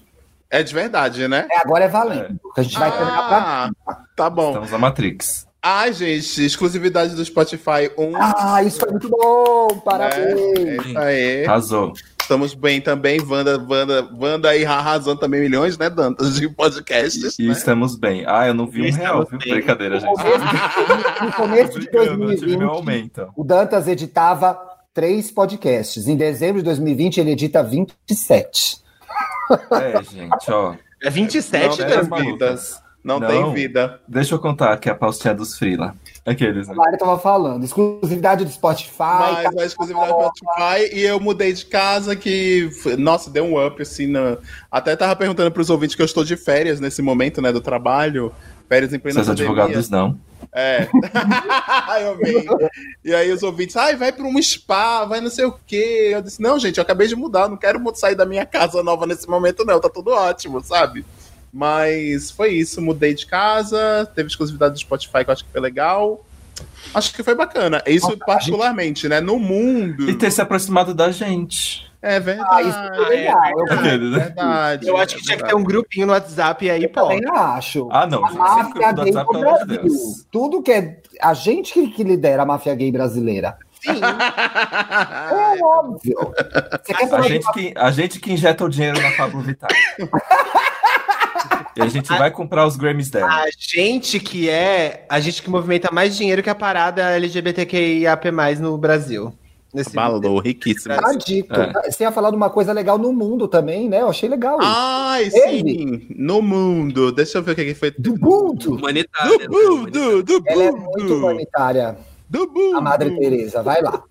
D: É de verdade, né?
A: É, agora é valendo, que a gente vai terminar pra...
D: Ah, tá bom.
C: Estamos na Matrix.
D: Ai, gente, exclusividade do Spotify 1.
A: Ah, isso foi muito bom!
B: É,
A: Parabéns!
D: Isso aí.
C: Arrasou.
D: Estamos bem também. Wanda, Wanda, Wanda aí arrasando também milhões, né, Dantas? De podcasts.
C: E
D: né? é
C: estamos bem. Ah, eu não vi um
B: Estamos
C: real, viu?
B: bem.
C: Brincadeira, gente.
A: No começo de
C: Brincando, né? eu tive meu
A: 2020,
C: aumento.
A: O Dantas editava três podcasts. Em dezembro de 2020, ele edita 27.
C: É, gente, ó.
B: É 27
D: Não,
C: né,
B: mesmo.
D: mesmo.
C: malucas?
D: Não,
C: Não.
D: tem vida.
C: Deixa eu contar aqui a paustinha dos Frila. Aqueles,
A: A
C: né?
A: Mari tava falando. Exclusividade do Spotify.
D: Mas a exclusividade do Spotify. E eu mudei de casa que. f- Nossa, deu um up, assim. Na... Até tava perguntando pros ouvintes que eu estou de férias nesse momento, né, do trabalho. Férias em plena
C: Seus advogados não.
D: É. eu amei. E aí os ouvintes, ai, vai pra um spa, vai não sei o quê. Eu disse, não, gente, eu acabei de mudar, não quero mu- sair da minha casa nova nesse momento, não. Tá tudo ótimo, sabe? Mas foi isso, mudei de casa, teve exclusividade do Spotify, que eu acho que foi legal. Acho que foi bacana. Isso particularmente, né? No mundo.
C: E ter se aproximado da gente.
D: É
A: Ah,
D: verdade.
A: isso foi legal.
D: Hum.
A: Eu
C: Aqueles, né?
D: verdade.
B: Eu acho que tinha que ter um grupinho no WhatsApp e aí, pô.
A: também acho.
C: Ah, não.
A: A
C: gente,
A: máfia
C: esse grupo do
A: gay
C: WhatsApp,
A: do
C: pelo amor de
A: Brasil.
C: Deus.
A: Tudo que é... A gente que, que lidera a máfia gay brasileira. É, óbvio. Você quer
C: A
A: falar de
C: gente, que, a gente que injeta o dinheiro na Pablo Vittar. e a gente vai comprar os Grammys dela.
B: A gente que é. A gente que movimenta mais dinheiro que a parada LGBTQIAP no Brasil. Nesse
D: Falou, riquíssimo.
A: tá dito.
C: É.
A: Você ia falar de uma coisa legal no mundo também, né? Eu achei legal isso.
D: Ai,
A: Ele.
D: sim! No mundo. Deixa eu ver o que que foi.
A: Do mundo!
E: Humanitária.
D: Do mundo, do
A: Ela é muito
D: mundo,
A: humanitária,
D: do mundo.
A: a Madre Teresa. Vai lá.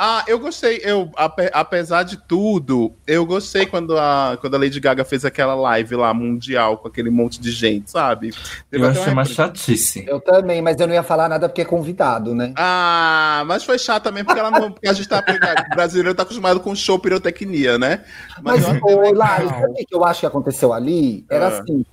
D: Ah, eu gostei. Eu, ape- apesar de tudo, eu gostei quando a, quando a Lady Gaga fez aquela live lá mundial com aquele monte de gente, sabe? Teve
C: Eu
D: até
C: achei
D: uma
C: uma
D: repre-
C: chatice.
A: Eu também, mas eu não ia falar nada porque é convidado, né?
D: Ah, mas foi chato também porque ela não, porque a gente tá o brasileiro tá acostumado com show pirotecnia, né?
A: Mas,
D: eu achei
A: ô,
D: legal.
A: Lari, sabe o que eu acho que aconteceu ali? Era
D: Ah.
A: assim,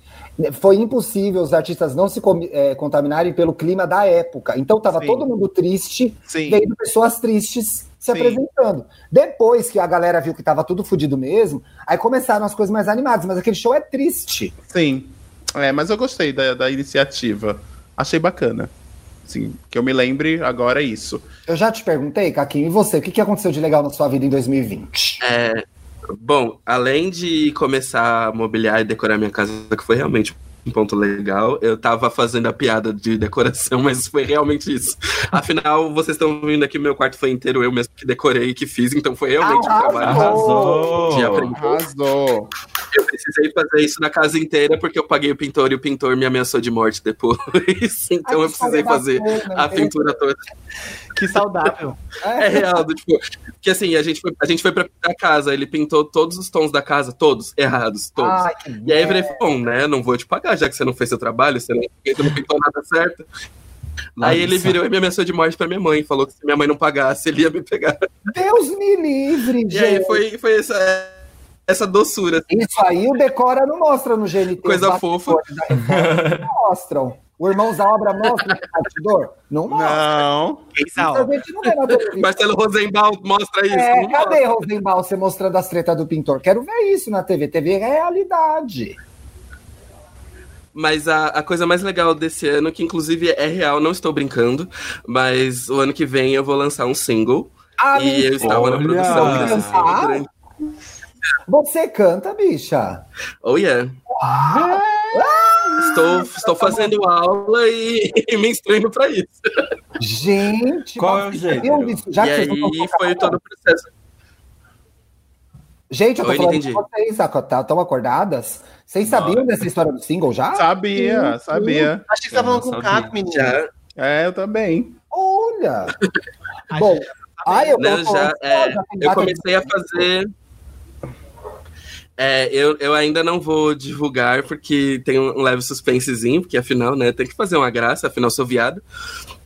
A: foi impossível os artistas não se comi- eh, contaminarem pelo clima da época. Então tava
D: Sim.
A: todo mundo triste,
D: Sim.
A: vendo pessoas tristes se
D: Sim.
A: apresentando. Depois que a galera viu que tava tudo fudido mesmo, aí começaram as coisas mais animadas, mas aquele show é triste.
D: Sim. É, mas eu gostei da, da iniciativa. Achei bacana. Sim, que eu me lembre agora é isso.
A: Eu já te perguntei, Caquinho, e você, o que, que aconteceu de legal na sua vida em 2020?
E: É, Bom, além de começar a mobiliar e decorar minha casa, que foi realmente um ponto legal, eu tava fazendo a piada de decoração, mas foi realmente isso. Afinal, vocês estão vendo aqui, meu quarto foi inteiro eu mesmo que decorei e que fiz, então foi realmente um
A: Arrasou!
E: trabalho de
C: Arrasou!
E: aprender.
D: Arrasou.
E: Eu precisei fazer isso na casa inteira porque eu paguei o pintor e o pintor me ameaçou de morte depois. Então eu precisei fazer a pintura toda.
B: Que saudável.
E: É real, do tipo. Porque assim, a gente foi, a gente foi pra pintar a casa, ele pintou todos os tons da casa, todos errados, todos.
A: Ai, que
E: E aí eu falei,
A: É.
E: bom, né? Não vou te pagar, já que você não fez seu trabalho, você não, você não pintou nada certo. Aí ele virou e me ameaçou de morte pra minha mãe, falou que se minha mãe não pagasse, ele ia me pegar.
A: Deus me livre, gente.
E: E aí foi, foi essa, essa doçura,
A: Isso aí o Decora não mostra no GNT.
E: Coisa
A: Os
E: fofa.
A: bastidores da Record Não mostram. O Irmãos da Obra mostra o bastidor? Não mostra.
D: Não.
B: Quem
A: Isso
B: sabe?
A: a gente não vê na televisão.
E: Marcelo Rosenbaum mostra isso.
A: É,
E: não
A: cadê Rosenbaum você mostrando as tretas do pintor? Quero ver isso na TV. TV é realidade.
E: Mas a, a coisa mais legal desse ano, que inclusive é real, não estou brincando, mas o ano que vem eu vou lançar um single.
A: Ah,
E: e eu estava
C: olha!
E: na produção desse
A: Ah.
E: single. durante-
A: Você canta, bicha.
E: Oh yeah.
A: Ah,
E: estou, estou fazendo aula e, e me instruindo para isso.
A: Gente,
C: Qual é o
A: mas
C: gênero?
A: eu disse- já
E: e
A: que vocês
E: aí
A: não estão
E: foi
A: falando-
E: todo o processo.
A: Gente, eu tô
E: Oi, não
A: falando de
E: entendi.
A: vocês, estão acordadas? Vocês sabiam dessa história do single já? Ah,
D: Sabia, sabia.
F: Acho que você tá falando com o Caco, menino.
E: Já,
D: É, eu também.
A: Olha!
F: Ai,
A: Bom,
F: gente,
A: ai, eu,
E: não,
A: tô-
E: já,
A: tô-
E: é,
A: já tem
E: eu
A: data
E: comecei a fazer. É, eu, eu ainda não vou divulgar, porque tem um leve suspensezinho, porque afinal, né, tem que fazer uma graça, afinal sou viado.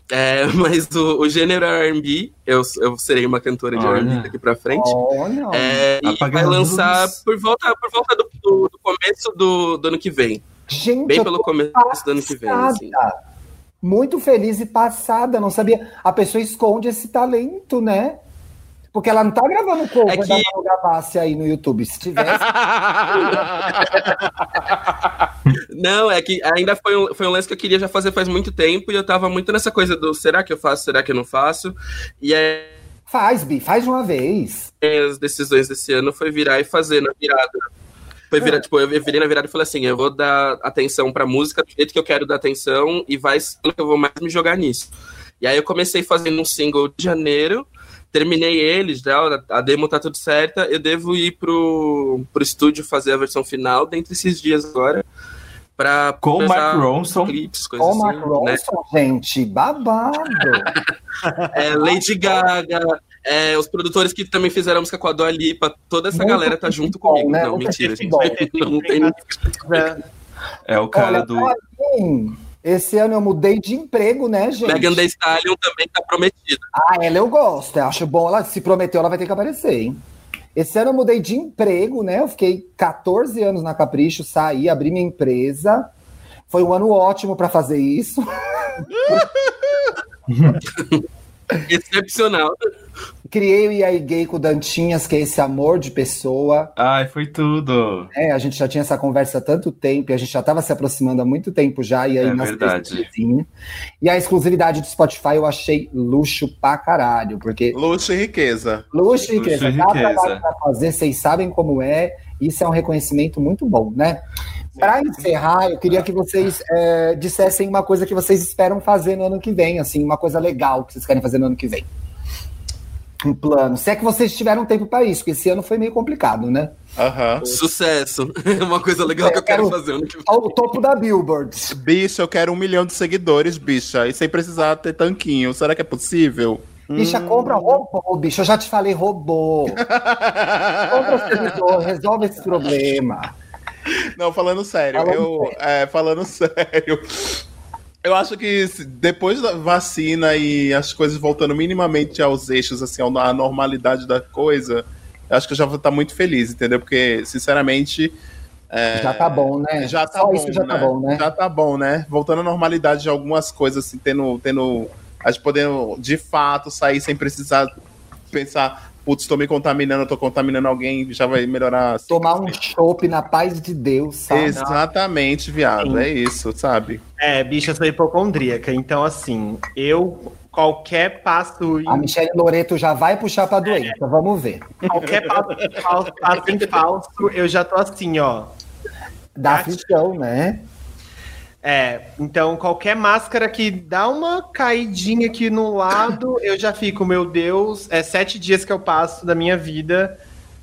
E: É, mas o, o gênero é R&B, eu, eu serei uma cantora de
C: Olha.
E: R&B daqui pra
A: de-
E: frente.
A: Olha, Tá
E: É, e
C: Apaga
E: vai
C: as
E: lançar
C: luzes.
E: por volta, por volta do, do- do começo do, do ano que vem.
A: gente,
E: Bem
A: eu
E: pelo
A: tô
E: começo do ano que vem. assim.
A: passada. Muito feliz e passada, não sabia. A pessoa esconde esse talento, né? Porque ela não tá gravando cover
E: É que-
A: da Manu Gavassi aí no YouTube. Se tivesse,
E: Não, é que ainda foi um, foi um lance que eu queria já fazer faz muito tempo e eu tava muito nessa coisa do será que eu faço, será que eu não faço. E aí
A: faz, Bi, faz de uma vez.
E: as decisões desse ano foi virar e fazer na virada. Foi
C: É.
E: virar, tipo, eu virei na virada e falei assim, eu vou dar atenção pra música do jeito que eu quero dar atenção e vai sendo que eu vou mais me jogar nisso. E aí eu comecei fazendo um single de janeiro, terminei ele, já, a demo tá tudo certa, eu devo ir pro, pro estúdio fazer a versão final dentro desses dias agora. Pra
C: Com o Mark
E: começar
C: Ronson.
E: clipes, coisas
A: Ó, o Mark
E: assim, né?
A: Ronson, gente, babado.
E: É, Lady Gaga, é, os produtores que também fizeram a música com a Dua Lipa, toda essa
A: Muito
E: galera tá junto comigo.
A: né?
E: Não,
A: Muito
E: mentira, gente.
A: futebol.
E: Não tem
C: É o cara
A: Olha,
C: do.
A: Sim, esse ano eu mudei de emprego, né,
C: é
A: gente?
E: Megan Thee Stallion também tá prometida.
A: Ah, ela eu gosto. Eu acho bom. Ela se prometeu, ela vai ter que aparecer, hein? Esse ano eu mudei de emprego, né? Eu fiquei 14 anos na Capricho, saí, abri minha empresa. Foi um ano ótimo pra fazer isso.
E: Excepcional.
A: Criei o IAI Gay com o Dantinhas, que é esse amor de pessoa.
C: Ai, foi tudo.
A: É, a gente já tinha essa conversa há tanto tempo, e a gente já estava se aproximando há muito tempo já. E aí
C: É
A: nós
C: verdade.
A: crescezinho. E a exclusividade do Spotify eu achei luxo pra caralho, porque
D: Luxo e riqueza.
A: Luxo e
C: Luxo e
A: riqueza. Dá
C: riqueza.
A: trabalho pra fazer, vocês sabem como é. Isso é um reconhecimento muito bom, né? Para encerrar, eu queria que vocês é, dissessem uma coisa que vocês esperam fazer no ano que vem, assim, uma coisa legal que vocês querem fazer no ano que vem. Um plano. Se é que vocês tiveram tempo para isso, porque esse ano foi meio complicado, né?
D: Aham.
E: Sucesso. É uma coisa legal que eu quero fazer. ano que vem.
A: Ao o topo da Billboard.
D: Bicho, eu quero um milhão de seguidores, bicha. E sem precisar ter tanquinho. Será que é possível? Hum.
A: Bicha, compra robô, bicho. Eu já te falei robô. compra servidor, resolve esse problema.
D: Não, falando sério,
A: Falando
D: eu. é, falando sério. Eu acho que se- depois da vacina e as coisas voltando minimamente aos eixos, assim, ao- à normalidade da coisa, eu acho que eu já vou estar muito feliz, entendeu? Porque, sinceramente. é,
A: já tá bom, né?
D: Já tá
A: Só
D: bom,
A: isso já
D: né?
A: tá bom, né?
D: Já tá bom, né? Voltando à normalidade de algumas coisas, assim, tendo. tendo a gente podendo, de fato, sair sem precisar pensar, putz, tô me contaminando, tô contaminando alguém, já vai melhorar. assim,
A: Tomar
D: assim.
A: um né?" chopp na paz de Deus, sabe?
D: Exatamente, viado. É isso, sabe?
B: É, bicha, eu sou hipocondríaca, então assim, eu qualquer passo,
A: A Michelle Loreto já vai puxar pra doença, vamos ver.
B: qualquer passo, falso, passo em falso, eu já tô assim, ó.
A: Dá
B: Cátia.
A: aflição, né?
B: É, então qualquer máscara que dá uma caidinha aqui no lado, eu já fico, meu Deus, é sete dias que eu passo da minha vida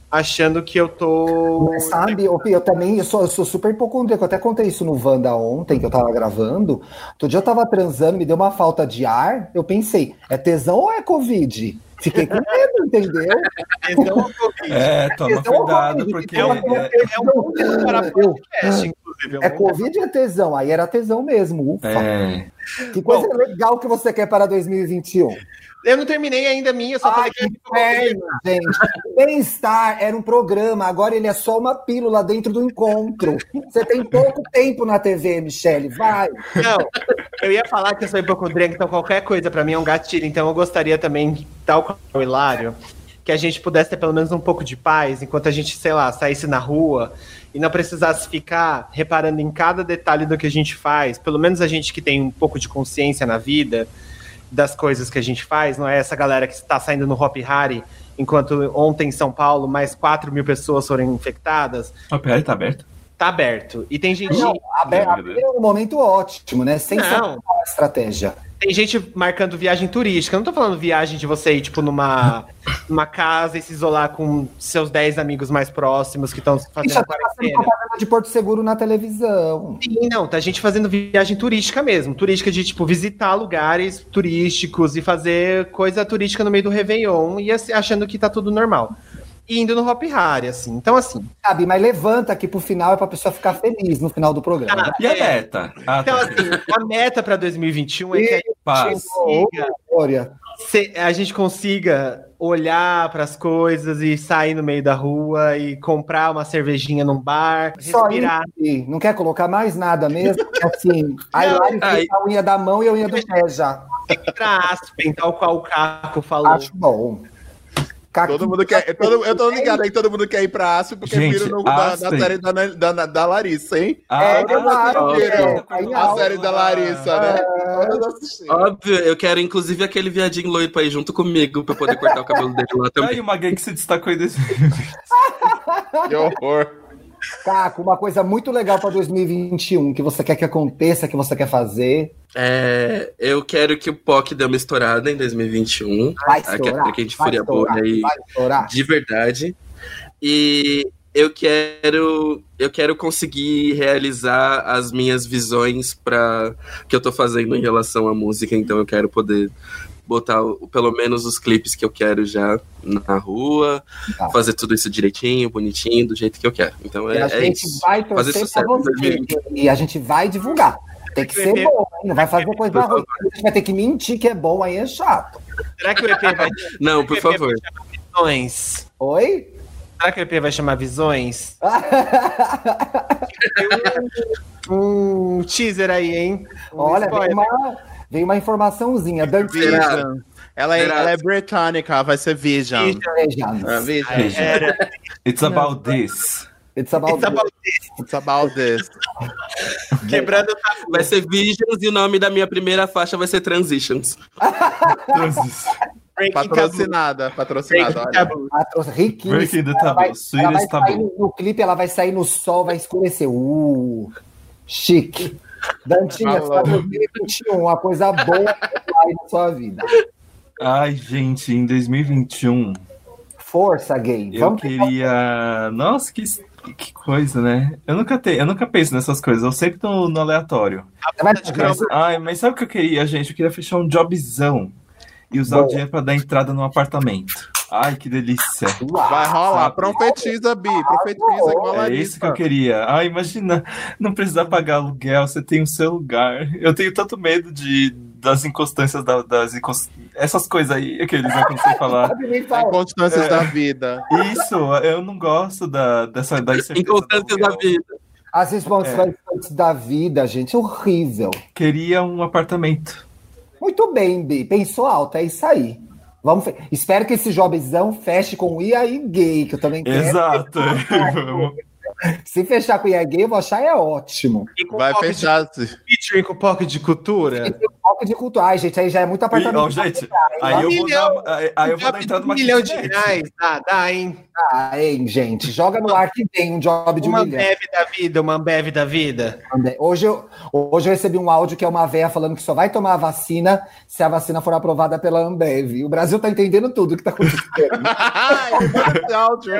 B: achando que eu tô.
A: Mas sabe, ô, Pi, eu também eu sou, eu sou super hipocondríaco. Eu até contei isso no Wanda ontem, que eu tava gravando. Outro dia eu tava transando, me deu uma falta de ar. Eu pensei, é tesão ou é Covid? Fiquei com medo, entendeu?
B: Então, eu-
C: É, toma
A: Tesão ou
C: cuidado,
A: Covid?
C: porque.
A: Então,
C: é-
B: é um conteúdo para podcast, inclusive. eu
A: É
B: não-
A: Covid ou é tesão? Aí era tesão mesmo, ufa.
C: É.
A: Que coisa legal que você quer para 2021.
B: Eu não terminei ainda a minha, eu só
A: Ai,
B: falei que
A: Ah, que inferno, gente. Bem-estar era um programa, agora ele é só uma pílula dentro do encontro. Você tem pouco tempo na TV, Michele, vai.
B: Não, eu ia falar que eu sou hipocondríaca, então qualquer coisa pra mim é um gatilho. Então eu gostaria também, tal qual o Hilário, que a gente pudesse ter pelo menos um pouco de paz enquanto a gente, sei lá, saísse na rua e não precisasse ficar reparando em cada detalhe do que a gente faz. Pelo menos a gente que tem um pouco de consciência na vida das coisas que a gente faz, não é essa galera que está saindo no Hop Hari. Enquanto ontem em São Paulo mais 4 mil pessoas foram infectadas,
C: O PL tá aberto?
B: Tá aberto. E tem gente,
A: Não, abe- abrir é um momento ótimo, né? Sem ser
B: Não.
A: uma estratégia.
B: tem gente marcando viagem turística. Eu não tô falando viagem de você ir, tipo, numa, numa casa e se isolar com seus 10 amigos mais próximos que estão
A: E já
B: fazendo
A: tá passando
B: quarentena.
A: propaganda de Porto Seguro na televisão.
B: Sim, não, tá gente fazendo viagem turística mesmo. Turística de, tipo, visitar lugares turísticos e fazer coisa turística no meio do Réveillon e assim, achando que tá tudo normal. E indo no Hop Harry, assim. Então, assim.
A: Sabe, mas levanta aqui pro final é pra pessoa ficar feliz no final do programa.
C: E a
B: é,
C: meta? Ah,
B: Então,
C: tá.
B: assim, a meta pra 2021 é que a
C: Paz.
B: gente consiga,
A: Olha,
B: se- a gente consiga olhar pras coisas e sair no meio da rua e comprar uma cervejinha num bar,
A: só isso.
B: respirar.
A: aqui. Não quer colocar mais nada mesmo? Porque, Assim, a Hilary
E: ai.
A: fez a unha da mão e a unha do pé já.
B: Pra Aspen, tal qual o Caco falou.
A: Acho bom. Caqui-
D: Todo mundo quer. Todo, eu tô ligado aí que todo mundo quer ir pra Aspen porque
C: Gente,
D: viram no, da, da
C: Aspen.
D: série da, da, da Larissa, hein?
C: Ah,
A: É,
C: tá,
A: claro,
C: tá,
D: é,
C: tá,
A: aí
C: tá,
A: a
C: tá,
D: série da
C: tá.
D: Larissa, né? Todas assistiram.
E: Óbvio, eu quero inclusive aquele viadinho loiro pra ir junto comigo pra eu poder cortar o cabelo dele lá
C: Tá
E: também.
C: aí uma gay que se destacou aí desse
D: Que horror.
A: Caco, uma coisa muito legal pra 2021 que você quer que aconteça, que você quer fazer.
E: É, eu quero que o POC dê uma estourada em 2021.
A: Vai
E: Ah,
A: estourar.
E: que- que a gente
A: vai
E: fure a
A: estourar,
E: bolha aí.
A: Vai estourar.
E: De verdade. E eu quero eu quero conseguir realizar as minhas visões para que eu tô fazendo em relação à música, então eu quero poder botar o- pelo menos os clipes que eu quero já na rua,
A: Tá.
E: fazer tudo isso direitinho, bonitinho, do jeito que eu quero. Então é,
A: E a
E: é
A: gente
E: isso.
A: vai
E: Fazer
A: torcer pra
E: sucesso em
A: você.
E: 2021.
A: E a gente vai divulgar. Tem que ser bom, hein? Não vai fazer coisa
E: Por
A: ruim. A gente vai ter que mentir que é bom, aí é chato.
B: Será que o EP vai
E: Não, por favor.
B: visões?
A: Oi?
B: Será que o EP vai chamar Visões? Tem um, um teaser aí, hein? Um
A: Olha,
B: spoiler.
A: veio uma, veio uma informaçãozinha. Dirty
E: Será?
D: Vision. Ela é,
E: Será?
D: ela é britânica, vai ser Vision.
E: Ah,
D: É,
A: Legends.
D: Vision.
C: Vision.
B: Era.
C: It's about this.
A: It's about
B: It's about
D: It's about this.
B: Quebrando o
E: Vai ser Visions e o nome da minha primeira faixa vai ser Transitions.
C: Transis.
B: Breaking Tabu.
D: Patrocinada, patrocinada,
B: Breaking
D: Tá olha.
B: Tabu.
A: Patros riquíssima.
C: Breaking the
A: Ela vai,
C: tabu.
A: ela vai
C: Sweetest
A: sair
C: tabu.
A: no, no clipe, ela vai sair no sol, vai escurecer. Uh, chique. Dantinha,
C: Tá
D: Falou.
A: só 2021, a um, coisa boa que vai na sua vida.
C: Ai, gente, em 2021,
A: Força, gay.
C: eu
A: Vamos
C: queria. Nossa, que, que coisa, né? Eu nunca, te... eu nunca penso nessas coisas, eu sempre tô no aleatório.
A: que vai
C: Mas- ai, mas sabe o que eu queria, gente? Eu queria fechar um jobzão e usar
A: Boa.
C: o dinheiro pra dar entrada num apartamento. Ai, que delícia.
D: Vai rolar,
C: Sabe?
D: profetiza, Bi, profetiza igual a
C: É isso que eu
D: Larissa.
C: queria. Ah, imagina, não precisar pagar aluguel, você tem o seu lugar. Eu tenho tanto medo de das inconstâncias da- das incons- essas coisas aí que eles vão conseguir falar.
D: As constâncias da vida.
C: Isso, eu não gosto da dessa da incerteza. do
E: Inconstância da
C: aluguel.
E: vida.
A: As
C: É.
A: responsabilidades da vida, gente, é horrível.
C: Queria um apartamento.
A: Muito bem, Bi. Pensou alto, é isso aí. Vamos fe- Espero que esse jobzão feche com o IAI gay, que eu também quero. um
C: Exato. Vamos.
A: Se fechar com o IAI gay, eu vou achar é ótimo.
B: E com
D: Vai
B: foco
D: fechar. assim.
B: de featuring com POC de cultura.
A: Foco de culto. Ai, gente, aí já é muito
C: Ih,
A: apartamento.
C: ó, gente, aí eu vou
B: Milhão.
C: dar, aí, aí eu vou dar entrada
B: um
C: numa
B: milhão de
C: kitnet.
B: reais. Ah, dá, hein?
A: Ah, hein, gente. Joga no ar que tem um job de um
B: Uma
A: milhão.
B: Ambev da vida, uma Ambev da vida.
A: Hoje eu, hoje eu recebi um áudio que é uma véia falando que só vai tomar a vacina se a vacina for aprovada pela Ambev. O Brasil tá entendendo tudo que tá acontecendo.
D: Ai, manda esse áudio.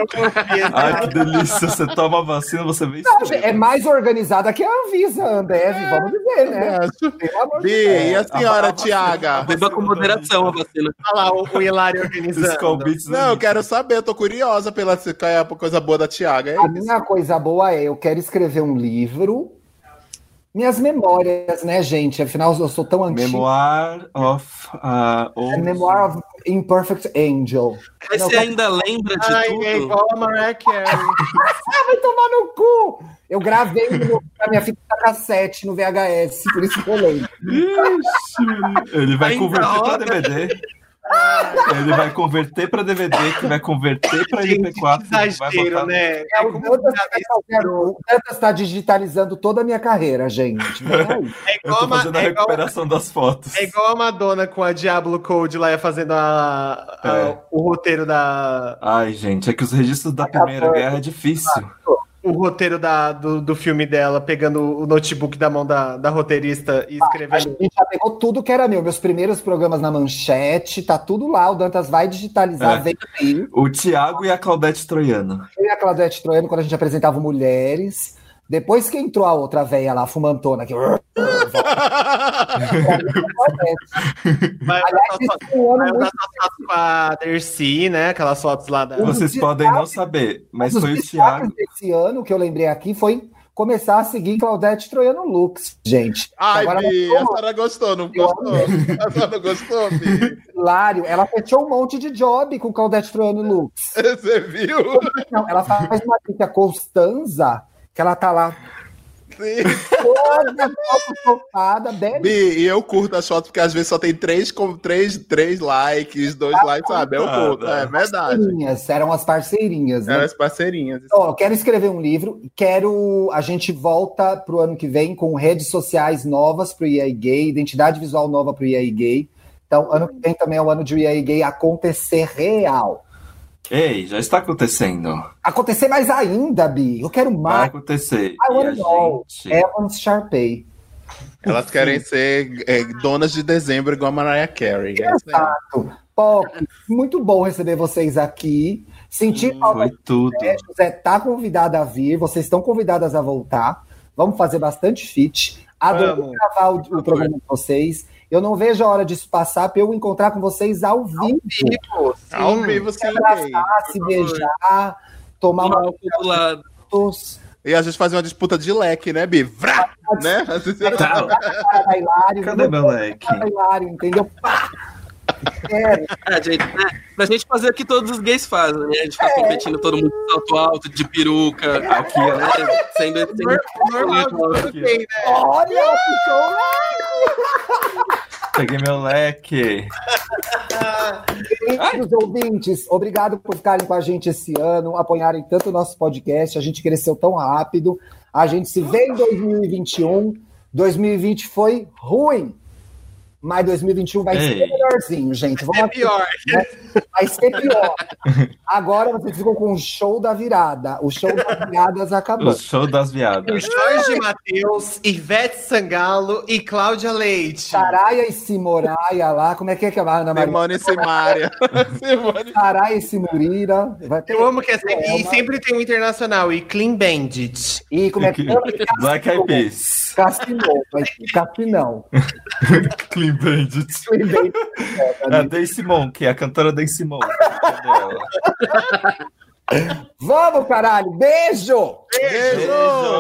C: Ai, que delícia. Você toma a vacina, você vê isso.
A: Não, gente, é mais organizada que a Anvisa, a Ambev, vamos dizer, né? Pelo amor
D: Bi,
A: de Deus.
D: e a senhora, Tiaga?
E: Beba com moderação a vacina.
B: Olha lá, o, o Hilário
C: Esses
B: organizando.
C: convites. né?
D: Não, eu quero saber, eu tô curiosa pela qual é a coisa boa da Tiaga.
A: A minha coisa boa é, eu quero escrever um livro. Minhas memórias, né, gente? Afinal, eu sou tão antigo.
C: Memoir of. ah,
A: um É
C: old-
A: Memoir of Imperfect Angel.
E: Mas
A: Não,
E: você ainda lembra de
B: Ai,
E: tudo?
B: é igual a Mariah Carey.
A: Ah, vai tomar no cu! Eu gravei no meu- na minha fita cassete no VHS, por isso que eu lembro.
C: Ixi, ele vai
E: Ainda
C: converter pra
E: roda.
C: DVD. Ele vai converter pra DVD, que vai converter pra
B: Gente,
C: MP4.
B: que
C: que vai botar
B: exagero,
C: no-
B: né?
A: É, o Dantas tá fazendo- o Dantas está digitalizando toda a minha carreira, gente. Vem aí.
B: É
C: Eu
B: igual,
C: tô
B: uma,
C: fazendo a
B: é, igual,
C: recuperação das fotos.
B: é igual a Madonna com a Diablo Code lá fazendo a, a-
C: É.
B: o roteiro da.
C: Ai, gente, é que os registros da Primeira Guerra é difícil.
B: o roteiro da, do, do filme dela, pegando o notebook da mão da, da roteirista e
A: A
B: escrevendo.
A: gente já pegou tudo que era meu. Meus primeiros programas na manchete, tá tudo lá. O Dantas vai digitalizar,
C: É.
A: vem aí.
C: O Tiago e a Claudete Troiano.
A: Eu e a Claudete Troiano, quando a gente apresentava mulheres. Depois que entrou a outra velha lá, a fumantona, que.
B: Vai
A: Aliás, isso é um ano
B: vai
A: muito
B: usar suas fotos com a Dercy, né? Aquelas fotos lá da.
A: O
C: Vocês
A: Tiago-
C: podem não saber, mas
A: Os
C: foi o
A: destaques
C: Tiago.
A: desse ano que eu lembrei aqui foi começar a seguir Claudete Troiano Lux, gente.
D: Ai,
A: Agora
D: Bi,
A: ela
D: a senhora gostou, não gostou? A senhora não gostou, Bi?
A: Hilário, ela fechou um monte de job com Claudete Troiano Lux.
D: Você viu?
A: Não, ela faz uma dica Constanza, que ela tá lá
D: Sim.
A: toda topada, bem
D: Bi, e eu curto as fotos, porque às vezes só tem três, com, três, três likes, dois likes, sabe? Eu
C: contado,
D: curto, é
C: é.
D: verdade.
A: parceirinhas, eram as parceirinhas, né?
D: Eram as parceirinhas.
A: Ó, eu quero escrever um livro, quero. A gente volta pro ano que vem com redes sociais novas pro IAI Gay, identidade visual nova pro IAI Gay. Então, ano que vem também é o ano de IAI Gay acontecer real.
C: Ei, já está acontecendo.
A: Acontecer mais ainda, Bi. Eu quero
C: Vai
A: mais.
C: acontecer.
A: I
C: E a
A: wanna know.
C: gente.
B: É
A: Evans Sharpay.
D: Elas querem ser é, donas de dezembro igual a Mariah Carey. É isso aí.
A: Pop, muito bom receber vocês aqui. Senti falta
C: Hum, Foi tudo.
A: É, José tá convidada a vir, vocês estão convidadas a voltar. Vamos fazer bastante fit. Adoro
B: Vamos.
A: gravar o, o programa com vocês. Eu não vejo a hora disso passar para eu encontrar com vocês ao vivo,
D: Ao vivo, sim. gay.
A: abraçar, se beijar, tomar
E: Um
A: uma
E: álcool do lado.
A: fotos,
D: E a gente faz uma disputa de leque, né, Bi? Vrá! Né? Assim, você-
C: Tá,
A: cara da Hilário,
C: cadê meu leque?
A: cara da Hilário, entendeu? Pá! É,
E: É, gente, né? Pra gente fazer o que todos os gays fazem, né? A gente fica competindo todo mundo de salto alto, de peruca.
C: Aqui, ó.
E: né? Sendo, sendo
B: Normal,
C: aqui.
B: tem, né?
A: olha o show!
C: Peguei meu leque.
A: Queridos ouvintes, obrigado por ficarem com a gente esse ano, apoiarem tanto o nosso podcast. A gente cresceu tão rápido. A gente se vê em 2021. 2020 foi ruim, mas 2021 vai ser
C: Ei.
A: melhorzinho, gente. Vamos
B: É pior.
A: Vai ser pior. Agora vocês ficam com o show da virada. O show das viradas
C: O
A: acabou.
C: show das viadas.
B: Jorge Matheus, Ivete Sangalo e Cláudia Leite.
A: Saraia e Simoraia lá, como é que é que é a Ana Maria?
D: Simone e Simária. Simone.
A: Saraia e Simurira. Vai ter...
B: Eu amo que é sempre,
A: É
B: e
A: uma-
B: sempre tem um internacional e Clean Bandit.
A: E como é que
C: Black Eyed Peas.
A: Cassinou, mas Cassinão.
C: Clean Bandit.
A: Lembrei.
C: É A Daisy Monk, a cantora Daisy Monk. Cadê ela?
A: Vamos, caralho! Beijo!
D: Beijo!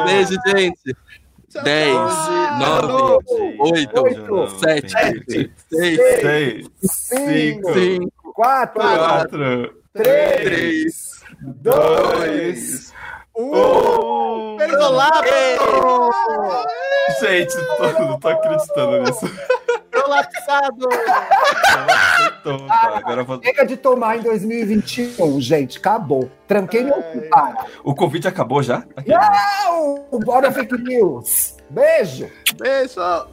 E: Beijo, gente.
D: Tchau,
E: 10,
D: tchau.
E: 9, 8,
C: Oito,
E: 7,
C: sete,
E: 6,
C: Seis,
A: Cinco,
C: cinco,
E: 5,
A: quatro,
C: quatro,
A: três,
E: 3.
C: dois, um. Gente, tô, não tô acreditando nisso.
B: Prolapsado!
C: Tô, tá, agora eu vou...
A: Chega de tomar em 2021, gente. Acabou. Tranquei meu cu, para.
C: O
A: É.
C: convite acabou já? Aqui.
A: Au! Bora fake news. Beijo!
D: Beijo!